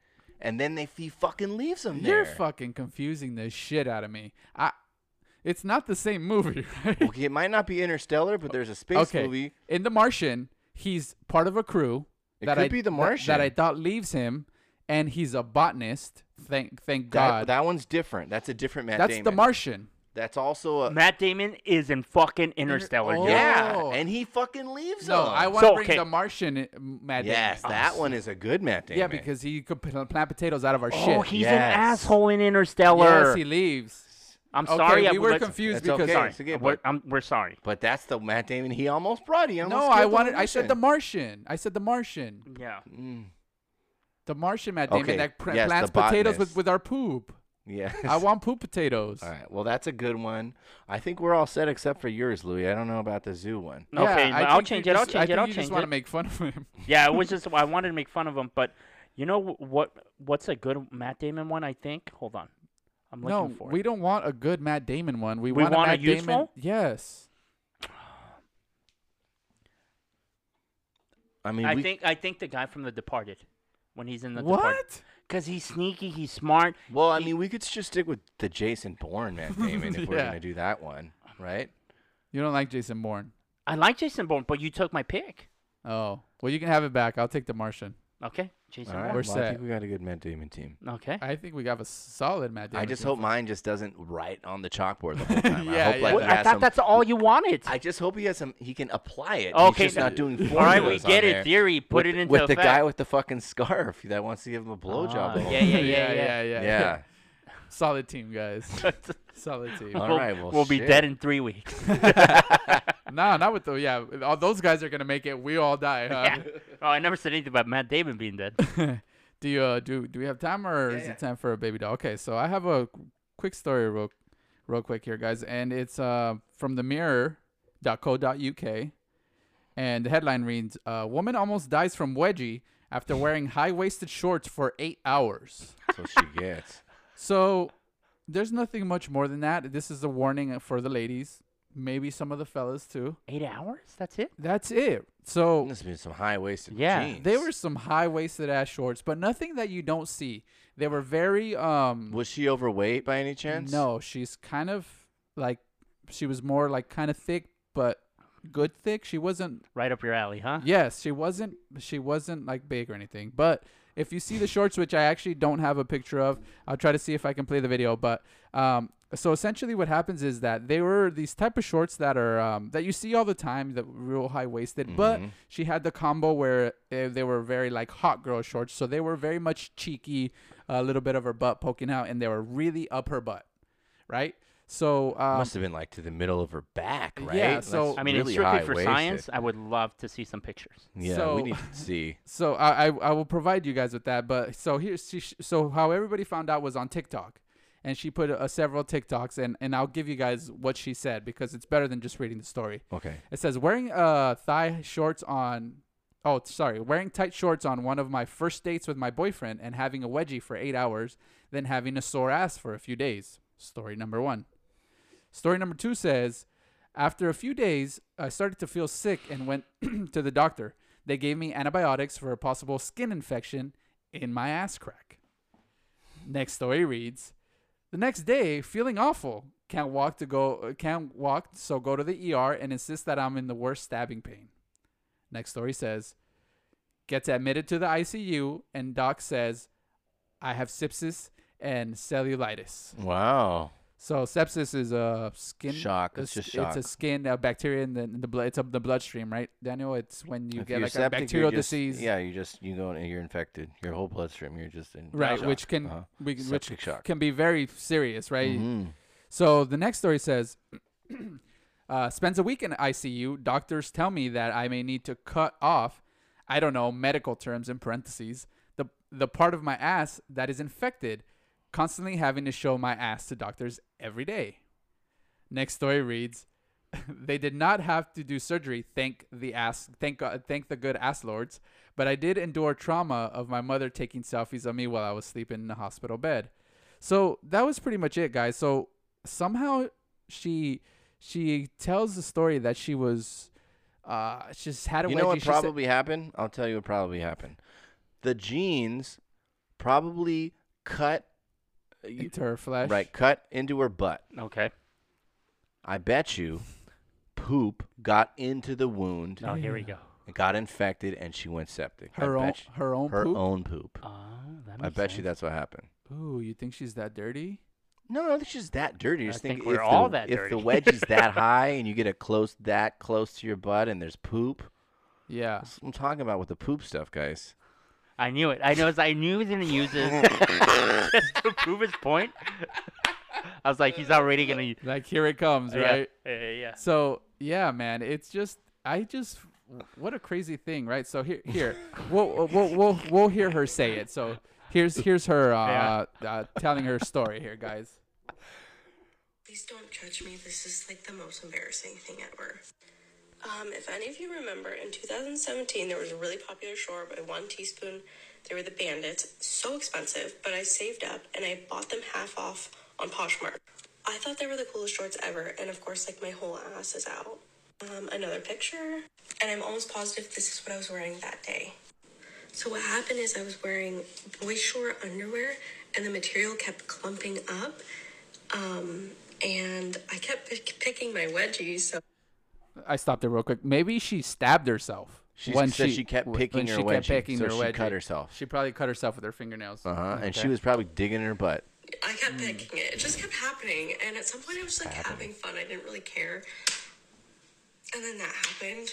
Speaker 2: and then they he fucking leaves him there.
Speaker 3: You're fucking confusing the shit out of me. I. It's not the same movie, right?
Speaker 2: Okay, it might not be Interstellar, but there's a space
Speaker 3: okay.
Speaker 2: movie.
Speaker 3: In The Martian, he's part of a crew
Speaker 2: It
Speaker 3: that
Speaker 2: could
Speaker 3: I,
Speaker 2: be The
Speaker 3: that-
Speaker 2: Martian.
Speaker 3: that I thought leaves him, and he's a botanist. Thank, thank
Speaker 2: That,
Speaker 3: God.
Speaker 2: that one's different. That's a different Matt
Speaker 3: That's
Speaker 2: Damon.
Speaker 3: The Martian.
Speaker 2: That's also a
Speaker 1: Matt Damon is in fucking Interstellar.
Speaker 3: oh.
Speaker 1: dude.
Speaker 2: yeah,
Speaker 3: Oh.
Speaker 2: and he fucking leaves
Speaker 3: No,
Speaker 2: him.
Speaker 3: I want to
Speaker 1: So,
Speaker 3: bring
Speaker 1: okay.
Speaker 3: The Martian, uh, Matt Damon.
Speaker 2: Yes, that one is a good Matt Damon.
Speaker 3: Yeah, because he could pl- plant potatoes out of our
Speaker 1: Oh,
Speaker 3: shit.
Speaker 1: he's an
Speaker 2: Yes.
Speaker 1: asshole in
Speaker 3: yes,
Speaker 1: Interstellar.
Speaker 3: he leaves.
Speaker 1: I'm
Speaker 3: Okay,
Speaker 1: sorry. I-
Speaker 3: we were
Speaker 1: let's-
Speaker 3: confused
Speaker 2: That's
Speaker 3: because
Speaker 2: okay.
Speaker 1: Sorry.
Speaker 2: It's okay,
Speaker 1: we're,
Speaker 2: but-
Speaker 1: I'm, we're sorry.
Speaker 2: but that's the Matt Damon he almost brought. He almost
Speaker 3: No,
Speaker 2: killed
Speaker 3: I
Speaker 2: the
Speaker 3: wanted. I said The
Speaker 2: Martian.
Speaker 3: Martian. I said The Martian.
Speaker 1: Yeah.
Speaker 2: Mm,
Speaker 3: The Martian Matt Damon
Speaker 2: Okay,
Speaker 3: that pr-
Speaker 2: yes, the
Speaker 3: plants potatoes with,
Speaker 2: botanist.
Speaker 3: with our poop.
Speaker 2: Yes.
Speaker 3: I want poop potatoes.
Speaker 2: All right. Well, that's a good one. I think we're all set except for yours, Louis. I don't know about the zoo one.
Speaker 3: Yeah,
Speaker 1: okay.
Speaker 3: I
Speaker 1: I'll
Speaker 3: think you
Speaker 1: change it. I'll
Speaker 3: just- I
Speaker 1: change it.
Speaker 3: think
Speaker 1: I'll
Speaker 3: you
Speaker 1: change
Speaker 3: just want to
Speaker 1: it.
Speaker 3: make fun of him.
Speaker 1: Yeah, it was just I wanted to make fun of him, but you know wh- what? What's a good Matt Damon one? I think. Hold on, I'm looking
Speaker 3: No,
Speaker 1: for.
Speaker 3: we don't want a good Matt Damon one. We,
Speaker 1: We
Speaker 3: want,
Speaker 1: want a
Speaker 3: a Matt Damon.
Speaker 1: useful?
Speaker 3: Yes.
Speaker 2: I
Speaker 1: it.
Speaker 2: mean,
Speaker 1: I
Speaker 2: we,
Speaker 1: think I think the guy from The Departed, when he's in The Departed,
Speaker 3: What?
Speaker 1: because he's sneaky, he's smart.
Speaker 2: well, I mean, we could just stick with the Jason Bourne Matt Damon if we're
Speaker 3: Yeah.
Speaker 2: gonna do that one, right?
Speaker 3: You don't like Jason Bourne?
Speaker 1: I like Jason Bourne, but you took my pick.
Speaker 3: Oh, well, you can have it back. I'll take the Martian.
Speaker 1: Okay, Jason
Speaker 2: All right.
Speaker 3: We're
Speaker 1: Bourne.
Speaker 2: well, I
Speaker 3: set.
Speaker 2: think we got a good Matt Damon team.
Speaker 1: Okay.
Speaker 3: I think we have a solid Matt Damon.
Speaker 2: I just
Speaker 3: team.
Speaker 2: hope mine just doesn't write on the chalkboard the whole time.
Speaker 3: Yeah,
Speaker 2: I hope like
Speaker 3: yeah.
Speaker 1: Well,
Speaker 2: he
Speaker 1: I
Speaker 2: has
Speaker 1: thought
Speaker 2: some-
Speaker 1: that's all you wanted.
Speaker 2: I just hope he has some. He can apply it.
Speaker 1: okay,
Speaker 2: He's just not doing.
Speaker 1: All right, we
Speaker 2: formulas on
Speaker 1: get it.
Speaker 2: there.
Speaker 1: Theory, put
Speaker 2: with,
Speaker 1: it into
Speaker 2: with the
Speaker 1: effect.
Speaker 2: guy with the fucking scarf that wants to give him a blowjob.
Speaker 1: Ah,
Speaker 2: the whole
Speaker 1: yeah,
Speaker 2: time.
Speaker 1: yeah,
Speaker 3: yeah,
Speaker 1: yeah,
Speaker 3: yeah, yeah.
Speaker 1: yeah.
Speaker 2: yeah.
Speaker 3: Solid team, guys. solid team.
Speaker 2: All
Speaker 1: We'll-
Speaker 2: right, well,
Speaker 1: we'll be
Speaker 2: shit.
Speaker 1: dead in three weeks.
Speaker 3: nah, not with the yeah. All those guys are gonna make it. We all die. Huh?
Speaker 1: Yeah. Oh, I never said anything about Matt Damon being dead.
Speaker 3: do you uh, do do we have time or is it time for a baby doll? Okay, so I have a qu- quick story real real quick here, guys, and it's uh from the mirror.co.uk and the headline reads uh, woman almost dies from wedgie after wearing high waisted shorts for eight hours.
Speaker 2: That's what she gets.
Speaker 3: So there's nothing much more than that. This is a warning for the ladies, maybe some of the fellas too.
Speaker 1: Eight hours? That's it?
Speaker 3: That's it. So
Speaker 2: Must have been some high waisted
Speaker 1: Oh. Yeah,
Speaker 2: jeans.
Speaker 3: they were some high waisted ass shorts, but nothing that you don't see. They were very um
Speaker 2: Was she overweight by any chance?
Speaker 3: No, she's kind of like she was more like kind of thick, but good thick. She wasn't.
Speaker 1: Right up your alley, huh?
Speaker 3: Yes, she wasn't. She wasn't like big or anything. But if you see the shorts, which I actually don't have a picture of, I'll try to see if I can play the video. But um, so essentially, what happens is that they were these type of shorts that are um, that you see all the time, that real high waisted. But
Speaker 2: Mhm.
Speaker 3: she had the combo where uh, they were very like hot girl shorts, so they were very much cheeky, a little bit of her butt poking out, and they were really up her butt, right? So um,
Speaker 2: Must have been like to the middle of her back, right?
Speaker 3: yeah,
Speaker 2: That's
Speaker 3: so-
Speaker 1: I mean, it's
Speaker 2: really
Speaker 1: strictly for
Speaker 2: high-waisted.
Speaker 1: science. I would love to see some pictures.
Speaker 2: Yeah,
Speaker 3: So-
Speaker 2: we need to see.
Speaker 3: So I, I I will provide you guys with that. But so here's she, so how everybody found out was on TikTok, and she put uh, several TikToks, and and I'll give you guys what she said because it's better than just reading the story.
Speaker 2: Okay.
Speaker 3: It says wearing uh thigh shorts on. Oh, sorry. Wearing tight shorts on one of my first dates with my boyfriend and having a wedgie for eight hours, then having a sore ass for a few days. Story number one. Story number two says After a few days, I started to feel sick and went to the doctor. They gave me antibiotics for a possible skin infection in my ass crack. Next story reads The next day, feeling awful, can't walk to go uh, can't walk, so go to the ER and insist that I'm in the worst stabbing pain. Next story says gets admitted to the ICU and doc says I have sepsis and cellulitis.
Speaker 2: Wow.
Speaker 3: So sepsis is a skin
Speaker 2: Shock,
Speaker 3: a
Speaker 2: it's just
Speaker 3: sk- It's a
Speaker 2: shock.
Speaker 3: skin uh, bacteria in the, in the blood. It's up the bloodstream, right, Daniel? It's when you
Speaker 2: If
Speaker 3: get
Speaker 2: you're
Speaker 3: like a
Speaker 2: septic, you're
Speaker 3: bacterial
Speaker 2: just-
Speaker 3: disease,
Speaker 2: Yeah, you just you go and you're infected. Your whole bloodstream, you're just in
Speaker 3: right,
Speaker 2: shock.
Speaker 3: which can
Speaker 2: Uh-huh.
Speaker 3: we, can- which
Speaker 2: Septic shock.
Speaker 3: can be very serious, right?
Speaker 2: Mhm.
Speaker 3: So the next story says, uh, spends a week in ICU. Doctors tell me that I may need to cut off, I don't know, medical terms in parentheses, the the part of my ass that is infected, constantly having to show my ass to doctors every day. Next story reads, they did not have to do surgery. Thank the ass, thank God, thank the good ass lords. But I did endure trauma of my mother taking selfies of me while I was sleeping in the hospital bed. So that was pretty much it, guys. So somehow she she tells the story that she was uh she just had a
Speaker 2: You
Speaker 3: wedgie.
Speaker 2: know what
Speaker 3: She said-
Speaker 2: probably happened? I'll tell you what probably happened. The jeans probably cut you-
Speaker 3: into her flesh.
Speaker 2: right cut into her butt.
Speaker 1: Okay.
Speaker 2: I bet you poop got into the wound,
Speaker 1: Oh, here we go.
Speaker 2: it got infected, and she went septic. I
Speaker 3: Her own
Speaker 2: bet you-
Speaker 3: her own
Speaker 2: her
Speaker 3: poop.
Speaker 2: own poop.
Speaker 1: Oh, that
Speaker 2: I
Speaker 1: makes
Speaker 2: bet
Speaker 1: sense.
Speaker 2: you that's what happened.
Speaker 3: Ooh, you think she's that dirty?
Speaker 2: No, I don't think she's that dirty. I just
Speaker 1: I think
Speaker 2: think, if,
Speaker 1: we're all
Speaker 2: the,
Speaker 1: that
Speaker 2: if
Speaker 1: dirty.
Speaker 2: the wedge is that high and you get it close that close to your butt and there's poop.
Speaker 3: Yeah.
Speaker 2: That's what I'm talking about with the poop stuff, guys.
Speaker 1: I knew it. I know. I knew he was gonna use it just to prove his point. I was like, he's already gonna. use
Speaker 3: Like here it comes, right?
Speaker 1: Yeah. Yeah. yeah.
Speaker 3: So yeah, man, it's just I just what a crazy thing, right? So here here we'll we'll we'll, we'll hear her say it. So here's here's her uh, uh telling her story here, guys.
Speaker 4: Please don't judge me. This is like the most embarrassing thing ever. Um, if any of you remember, in 2017, there was a really popular shore by One Teaspoon. They were the Bandits. So expensive, but I saved up and I bought them half off on Poshmark. I thought they were the coolest shorts ever, and of course, like my whole ass is out. Um, another picture, and I'm almost positive this is what I was wearing that day. So what happened is I was wearing boy short underwear, and the material kept clumping up, um, and I kept pick- picking my wedgies. So
Speaker 3: I stopped it real quick. Maybe she stabbed herself.
Speaker 2: She said she kept
Speaker 3: w-
Speaker 2: picking
Speaker 3: when
Speaker 2: her
Speaker 3: she kept
Speaker 2: wedgie,
Speaker 3: picking
Speaker 2: so
Speaker 3: her
Speaker 2: she cut
Speaker 3: wedgie.
Speaker 2: herself.
Speaker 3: She probably cut herself with her fingernails.
Speaker 2: Uh huh. And she
Speaker 3: Okay.
Speaker 2: was probably digging in her butt.
Speaker 4: I kept picking it. It just kept happening. And at some point, I was like having fun. I didn't really care. And then that happened.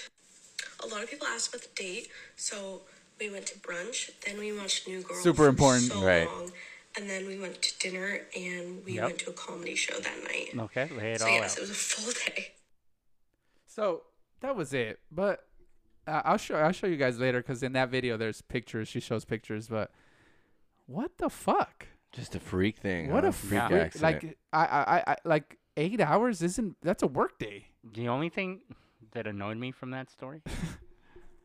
Speaker 4: A lot of people asked about the date. So we went to brunch. Then we watched New Girl.
Speaker 3: Super
Speaker 4: for
Speaker 3: important.
Speaker 4: So
Speaker 2: Right.
Speaker 4: long. And then we went to dinner and we
Speaker 1: Yep.
Speaker 4: went to a comedy show that night.
Speaker 1: Okay. Lay it
Speaker 4: so,
Speaker 1: all
Speaker 4: yes,
Speaker 1: out.
Speaker 4: it was a full day.
Speaker 3: So that was it. But uh, I'll show I'll show you guys later because in that video there's pictures. She shows pictures, but what the fuck?
Speaker 2: Just a freak thing.
Speaker 3: What
Speaker 2: huh?
Speaker 3: a freak!
Speaker 2: accident.
Speaker 3: Like I, I I I like eight hours isn't that's a work day.
Speaker 1: The only thing that annoyed me from that story,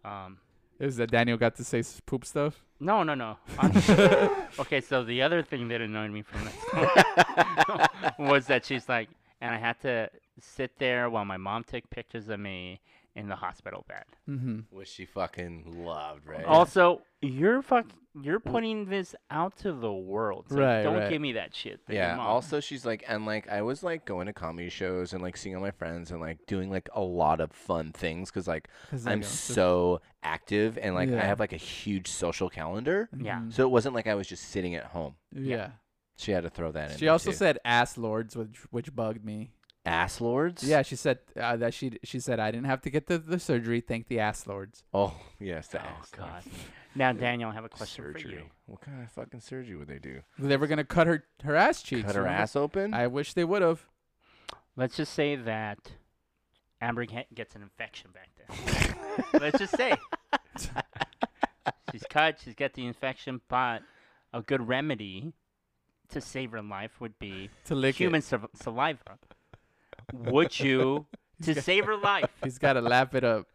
Speaker 1: um,
Speaker 3: It was that Daniel got to say s- poop stuff.
Speaker 1: No, no, no. I'm- okay, so the other thing that annoyed me from this was that she's like, and I had to sit there while my mom took pictures of me in the hospital bed.
Speaker 3: Mm-hmm.
Speaker 2: Which she fucking loved, right?
Speaker 1: Also, you're fuck, you're putting this out to the world. So
Speaker 3: Right,
Speaker 1: Don't
Speaker 3: right.
Speaker 1: give me that shit. that your
Speaker 2: Yeah.
Speaker 1: mom-
Speaker 2: Also, she's like, and like, I was like going to comedy shows and like seeing all my friends and like doing like a lot of fun things because like I'm so active and like I
Speaker 3: Yeah.
Speaker 2: have like a huge social calendar.
Speaker 1: Yeah.
Speaker 2: So it wasn't like I was just sitting at home.
Speaker 3: Mm-hmm. yeah.
Speaker 2: She had to throw that in.
Speaker 3: She
Speaker 2: there,
Speaker 3: also
Speaker 2: too.
Speaker 3: said ass lords, which which bugged me.
Speaker 2: ass lords.
Speaker 3: Yeah, she said uh, that she she said I didn't have to get the, the surgery. Thank the ass lords.
Speaker 2: Oh yes. The
Speaker 1: Oh
Speaker 2: ass
Speaker 1: God.
Speaker 2: lords.
Speaker 1: Now, Daniel, I have a question for you.
Speaker 2: Surgery. What kind of fucking surgery would they do?
Speaker 3: They were gonna cut her her ass cheeks.
Speaker 2: Cut her
Speaker 3: remember?
Speaker 2: ass open?
Speaker 3: I wish they would have.
Speaker 1: Let's just say that Amber ge- gets an infection back there. Let's just say she's cut. She's got the infection, but a good remedy to save her life would be
Speaker 3: To lick it.
Speaker 1: human sav- saliva. Would you, to save her life,
Speaker 3: He's gotta lap it up.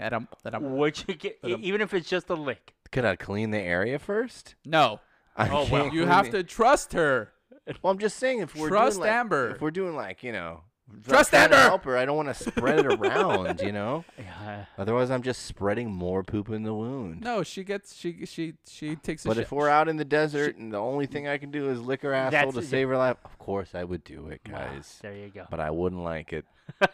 Speaker 3: At a, at a,
Speaker 1: would you get e-
Speaker 3: Um,
Speaker 1: even if it's just a lick?
Speaker 2: Could I clean the area first?
Speaker 3: no,
Speaker 2: I
Speaker 1: Oh,
Speaker 2: can't
Speaker 1: well.
Speaker 3: you
Speaker 2: clean
Speaker 3: have
Speaker 2: the-
Speaker 3: to trust her.
Speaker 2: Well, I'm just saying if we're
Speaker 3: Trust
Speaker 2: doing, like,
Speaker 3: Amber.
Speaker 2: if we're doing like you know, if I'm
Speaker 3: Trust
Speaker 2: trying to
Speaker 3: Amber.
Speaker 2: help her, I don't want to spread it around, you know.
Speaker 1: Yeah.
Speaker 2: Otherwise, I'm just spreading more poop in the wound.
Speaker 3: No, she gets she she she takes a
Speaker 2: but
Speaker 3: shit.
Speaker 2: if we're out in the desert and the only thing I can do is lick her asshole
Speaker 1: That's-
Speaker 2: to
Speaker 1: yeah.
Speaker 2: save her life, of course I would do it,
Speaker 1: Wow,
Speaker 2: guys.
Speaker 1: there you go.
Speaker 2: But I wouldn't like it.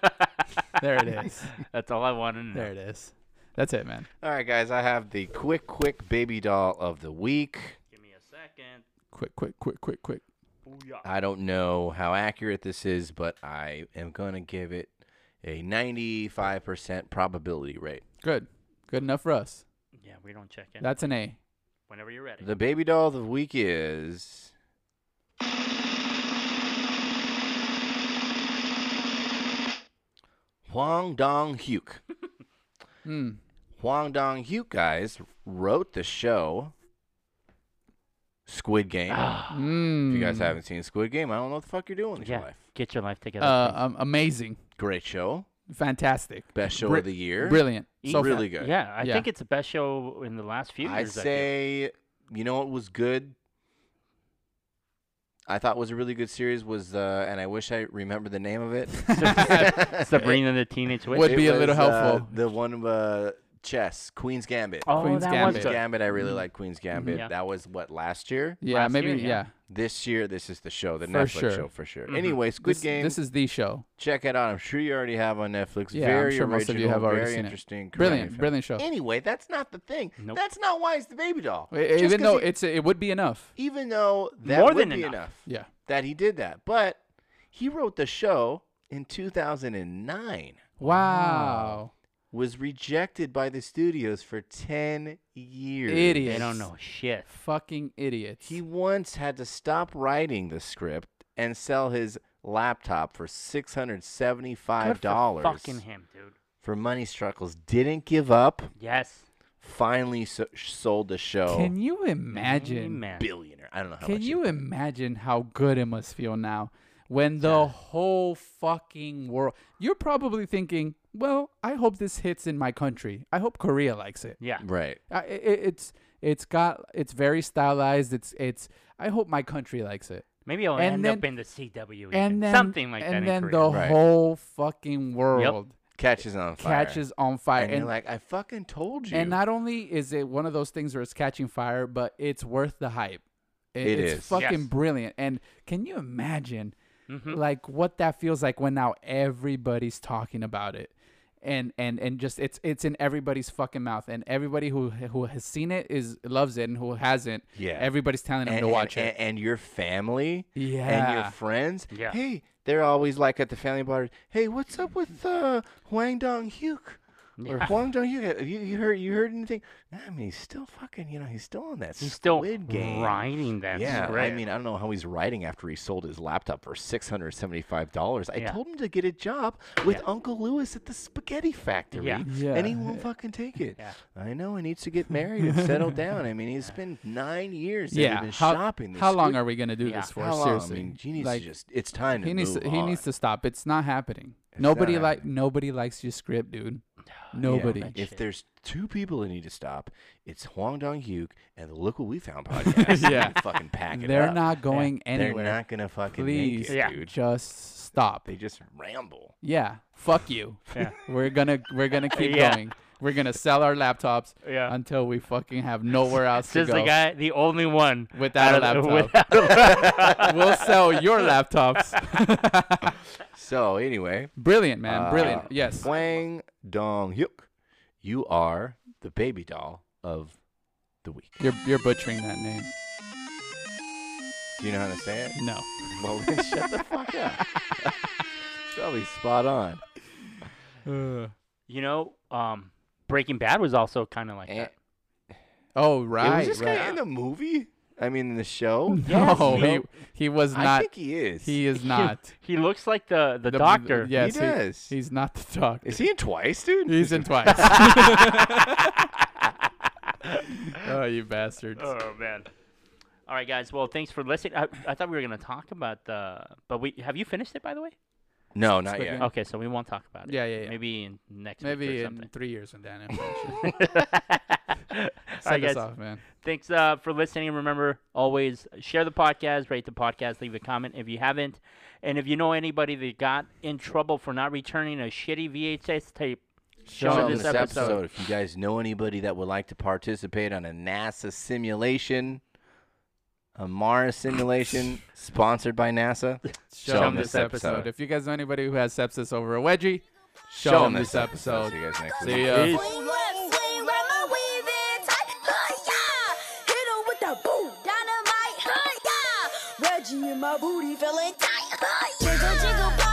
Speaker 3: there it is.
Speaker 1: That's all I wanted to know.
Speaker 3: There it is. That's it, man.
Speaker 2: All right, guys, I have the quick, quick baby doll of the week.
Speaker 1: Give me a second.
Speaker 3: Quick, quick, quick, quick, quick.
Speaker 1: Booyah.
Speaker 2: I don't know how accurate this is, but I am gonna give it a 95% probability rate.
Speaker 3: Good, good enough for us.
Speaker 1: Yeah, we don't check in.
Speaker 3: That's an A.
Speaker 1: Whenever you're ready.
Speaker 2: The baby doll of the week is. Huang Dong Hyuk.
Speaker 3: Hmm.
Speaker 2: Huang Dong Hyuk, guys, wrote the show Squid Game.
Speaker 1: Ah,
Speaker 2: if you guys
Speaker 3: Mm.
Speaker 2: haven't seen Squid Game, I don't know what the fuck you're doing with
Speaker 1: yeah,
Speaker 2: your life.
Speaker 1: get your life together.
Speaker 3: Uh, um, amazing,
Speaker 2: Great show.
Speaker 3: fantastic,
Speaker 2: Best show
Speaker 3: Bri-
Speaker 2: of the year.
Speaker 3: brilliant, so fun.
Speaker 2: really good.
Speaker 1: Yeah, I
Speaker 3: Yeah.
Speaker 1: think it's the best show in the last few
Speaker 2: I
Speaker 1: years. I feel.
Speaker 2: say, you know what was good? I thought was a really good series was, uh, and I wish I remember the name of it.
Speaker 1: Sabrina the Teenage Witch.
Speaker 3: Would
Speaker 2: It
Speaker 3: be a little
Speaker 2: was, uh,
Speaker 3: helpful.
Speaker 2: the one uh, chess, Queen's Gambit.
Speaker 1: Oh,
Speaker 3: Queen's
Speaker 1: that
Speaker 2: Queen's
Speaker 1: was
Speaker 3: Gambit. Mm-hmm.
Speaker 1: good.
Speaker 2: Gambit. I really like Queen's Gambit.
Speaker 1: Yeah.
Speaker 2: That was what last year.
Speaker 3: Yeah,
Speaker 1: Last
Speaker 3: maybe.
Speaker 1: year, yeah.
Speaker 3: yeah,
Speaker 2: This year, this is the show, the
Speaker 3: For
Speaker 2: Netflix
Speaker 3: sure. Mm-hmm.
Speaker 2: show for sure.
Speaker 1: Mhm.
Speaker 2: Anyway, Squid
Speaker 3: this,
Speaker 2: Game.
Speaker 3: This is the show.
Speaker 2: check it out. I'm sure you already have on Netflix.
Speaker 3: Yeah, I'm
Speaker 2: very
Speaker 3: sure
Speaker 2: original,
Speaker 3: most of you have already
Speaker 2: very
Speaker 3: seen it.
Speaker 2: interesting.
Speaker 3: Brilliant,
Speaker 2: Korean
Speaker 3: brilliant show.
Speaker 2: film. Anyway, that's not the thing.
Speaker 1: Nope.
Speaker 2: That's not why it's the baby doll.
Speaker 3: E-
Speaker 2: Just
Speaker 3: Even
Speaker 2: 'cause
Speaker 3: though
Speaker 2: he-
Speaker 3: it's it would be enough.
Speaker 2: even though that
Speaker 1: More
Speaker 2: would
Speaker 1: than
Speaker 2: be
Speaker 1: enough.
Speaker 3: Yeah.
Speaker 2: that he did that, but he wrote the show in 2009.
Speaker 3: Wow.
Speaker 2: was rejected by the studios for 10 years.
Speaker 3: Idiot.
Speaker 1: They don't know shit.
Speaker 3: Fucking idiots.
Speaker 2: He once had to stop writing the script and sell his laptop for
Speaker 1: Good
Speaker 2: $675
Speaker 1: for fucking him, dude.
Speaker 2: for money struggles. Didn't give up.
Speaker 1: Yes.
Speaker 2: Finally so- sold the show.
Speaker 3: Can you imagine?
Speaker 1: Man.
Speaker 2: Billionaire. I don't know how
Speaker 3: Can
Speaker 2: much
Speaker 3: you
Speaker 2: he-
Speaker 3: imagine how good it must feel now when the whole fucking world. You're probably thinking, well, I hope this hits in my country. I hope Korea likes it.
Speaker 1: Yeah.
Speaker 2: Right.
Speaker 3: I, i- i- it's it's got it's very stylized. It's it's. I hope my country likes it.
Speaker 1: Maybe I'll
Speaker 3: And
Speaker 1: end up
Speaker 3: then-
Speaker 1: in the CW. even.
Speaker 3: And then
Speaker 1: Something like that.
Speaker 3: And
Speaker 1: in
Speaker 3: then
Speaker 1: Korea.
Speaker 3: the
Speaker 2: Right.
Speaker 3: whole fucking world
Speaker 2: Catches on fire.
Speaker 3: catches on fire.
Speaker 2: And, you're like, I fucking told you.
Speaker 3: And not only is it one of those things where it's catching fire, but it's worth the hype. I-
Speaker 2: It
Speaker 3: it's
Speaker 2: is.
Speaker 3: fucking
Speaker 1: Yes.
Speaker 3: brilliant. And can you imagine
Speaker 1: Mhm.
Speaker 3: like what that feels like when now everybody's talking about it? And, and and just it's it's in everybody's fucking mouth and everybody who who has seen it is loves it and who hasn't
Speaker 2: Yeah.
Speaker 3: everybody's telling them
Speaker 2: and,
Speaker 3: to
Speaker 2: and-
Speaker 3: watch
Speaker 2: and,
Speaker 3: it
Speaker 2: and your family and your
Speaker 3: Yeah.
Speaker 2: friends.
Speaker 1: Yeah.
Speaker 2: Hey, they're always like at the family bar. Hey, what's up with uh, Huang Dong Hyuk? Or
Speaker 1: Yeah.
Speaker 2: Huang Dong Hyuk? Have You, you heard you heard anything? I mean, he's still fucking. You know, he's still on that
Speaker 1: He's still
Speaker 2: Squid Game.
Speaker 1: writing that
Speaker 2: yeah,
Speaker 1: script.
Speaker 2: I mean, I don't know how he's writing after he sold his laptop for six hundred seventy-five dollars. I
Speaker 1: Yeah.
Speaker 2: told him to get a job with Uncle Lewis at the spaghetti factory,
Speaker 1: Yeah.
Speaker 3: Yeah.
Speaker 2: and he won't fucking take it.
Speaker 1: Yeah.
Speaker 2: I know he needs to get married and settle down. I mean, he's been nine years. that
Speaker 3: yeah
Speaker 2: we've been
Speaker 3: how,
Speaker 2: shopping. This
Speaker 3: how long
Speaker 2: Squid
Speaker 3: are we gonna do
Speaker 1: Yeah.
Speaker 3: this for
Speaker 2: how long?
Speaker 3: seriously
Speaker 2: I mean, he needs
Speaker 3: Like,
Speaker 2: to just. It's time to
Speaker 3: he needs
Speaker 2: move
Speaker 3: to, he needs
Speaker 2: on.
Speaker 3: to stop. It's not happening.
Speaker 2: It's not
Speaker 3: nobody like
Speaker 2: happening.
Speaker 3: nobody likes your script, dude.
Speaker 2: Yeah,
Speaker 3: Nobody.
Speaker 2: if
Speaker 1: shit.
Speaker 2: there's two people that need to stop, it's Huang Dong Hyuk and the Look What We Found podcast.
Speaker 3: Yeah.
Speaker 2: They fucking pack it
Speaker 3: They're
Speaker 2: up.
Speaker 3: not going anywhere.
Speaker 2: They're not gonna fucking
Speaker 3: Please,
Speaker 2: make it,
Speaker 1: Yeah.
Speaker 2: dude.
Speaker 3: just stop.
Speaker 2: They just ramble.
Speaker 3: Yeah, fuck you.
Speaker 1: Yeah.
Speaker 3: We're gonna we're gonna keep
Speaker 1: Yeah.
Speaker 3: going. We're gonna sell our laptops
Speaker 1: Yeah.
Speaker 3: until we fucking have nowhere else to
Speaker 1: Just the
Speaker 3: go.
Speaker 1: guy, the only one
Speaker 3: Without
Speaker 1: out
Speaker 3: a
Speaker 1: of the-
Speaker 3: laptop.
Speaker 1: without a-
Speaker 3: we'll sell your laptops.
Speaker 2: So anyway,
Speaker 3: brilliant, man. Brilliant.
Speaker 2: uh,
Speaker 3: yes.
Speaker 2: Huang Dong Hyuk, you are the baby doll of the week.
Speaker 3: You're you're butchering that name.
Speaker 2: Do you know how to say it?
Speaker 3: No.
Speaker 2: Well, then shut the fuck up. Probably spot on.
Speaker 1: you know, um, Breaking Bad was also kind of like
Speaker 2: And,
Speaker 1: that.
Speaker 3: oh
Speaker 2: it
Speaker 3: right.
Speaker 2: was this
Speaker 3: right.
Speaker 2: guy in the movie? I mean, in the show?
Speaker 3: no,
Speaker 1: Yes.
Speaker 3: he he was
Speaker 2: I
Speaker 3: not.
Speaker 2: think he is.
Speaker 3: He is
Speaker 1: He-
Speaker 3: not
Speaker 1: He, looks like the the,
Speaker 3: The-
Speaker 1: doctor.
Speaker 3: the- yes,
Speaker 2: he does.
Speaker 3: he's not the doctor.
Speaker 2: is he in twice, dude?
Speaker 3: He's in twice. oh, you bastards!
Speaker 1: Oh man. All right, guys. Well, thanks for listening. I, I thought we were gonna talk about the, but we have you finished it by the way?
Speaker 2: No, not
Speaker 3: Squid
Speaker 2: yet.
Speaker 3: Game.
Speaker 1: Okay, so we won't talk about it.
Speaker 3: Yeah, yeah, yeah.
Speaker 1: Maybe in next
Speaker 3: Maybe
Speaker 1: week or
Speaker 3: in
Speaker 1: something.
Speaker 3: three years from now.
Speaker 1: All right,
Speaker 3: Send us
Speaker 1: guys.
Speaker 3: off, man.
Speaker 1: Thanks uh, for listening. Remember, always share the podcast, rate the podcast, leave a comment if you haven't. And if you know anybody that got in trouble for not returning a shitty VHS tape, show
Speaker 2: So
Speaker 1: them
Speaker 2: on
Speaker 1: this episode.
Speaker 2: If you guys know anybody that would like to participate on a NASA simulation, a Mars simulation sponsored by NASA,
Speaker 3: Show,
Speaker 2: Show
Speaker 3: 'em
Speaker 2: 'em
Speaker 3: this,
Speaker 2: this
Speaker 3: episode.
Speaker 2: episode.
Speaker 3: If you guys know anybody who has sepsis over a wedgie, show,
Speaker 2: 'em
Speaker 3: them this episode.
Speaker 2: See you guys next week.
Speaker 3: See ya.
Speaker 1: Peace.
Speaker 5: Swing left, swing right, my weave in tight. Huh, yeah. Hit 'em with the boom, dynamite. Huh, yeah. Reggie and my booty feeling tight. Huh, yeah. Jiggle, jiggle, pop. Oh, uh, uh, uh, uh, uh,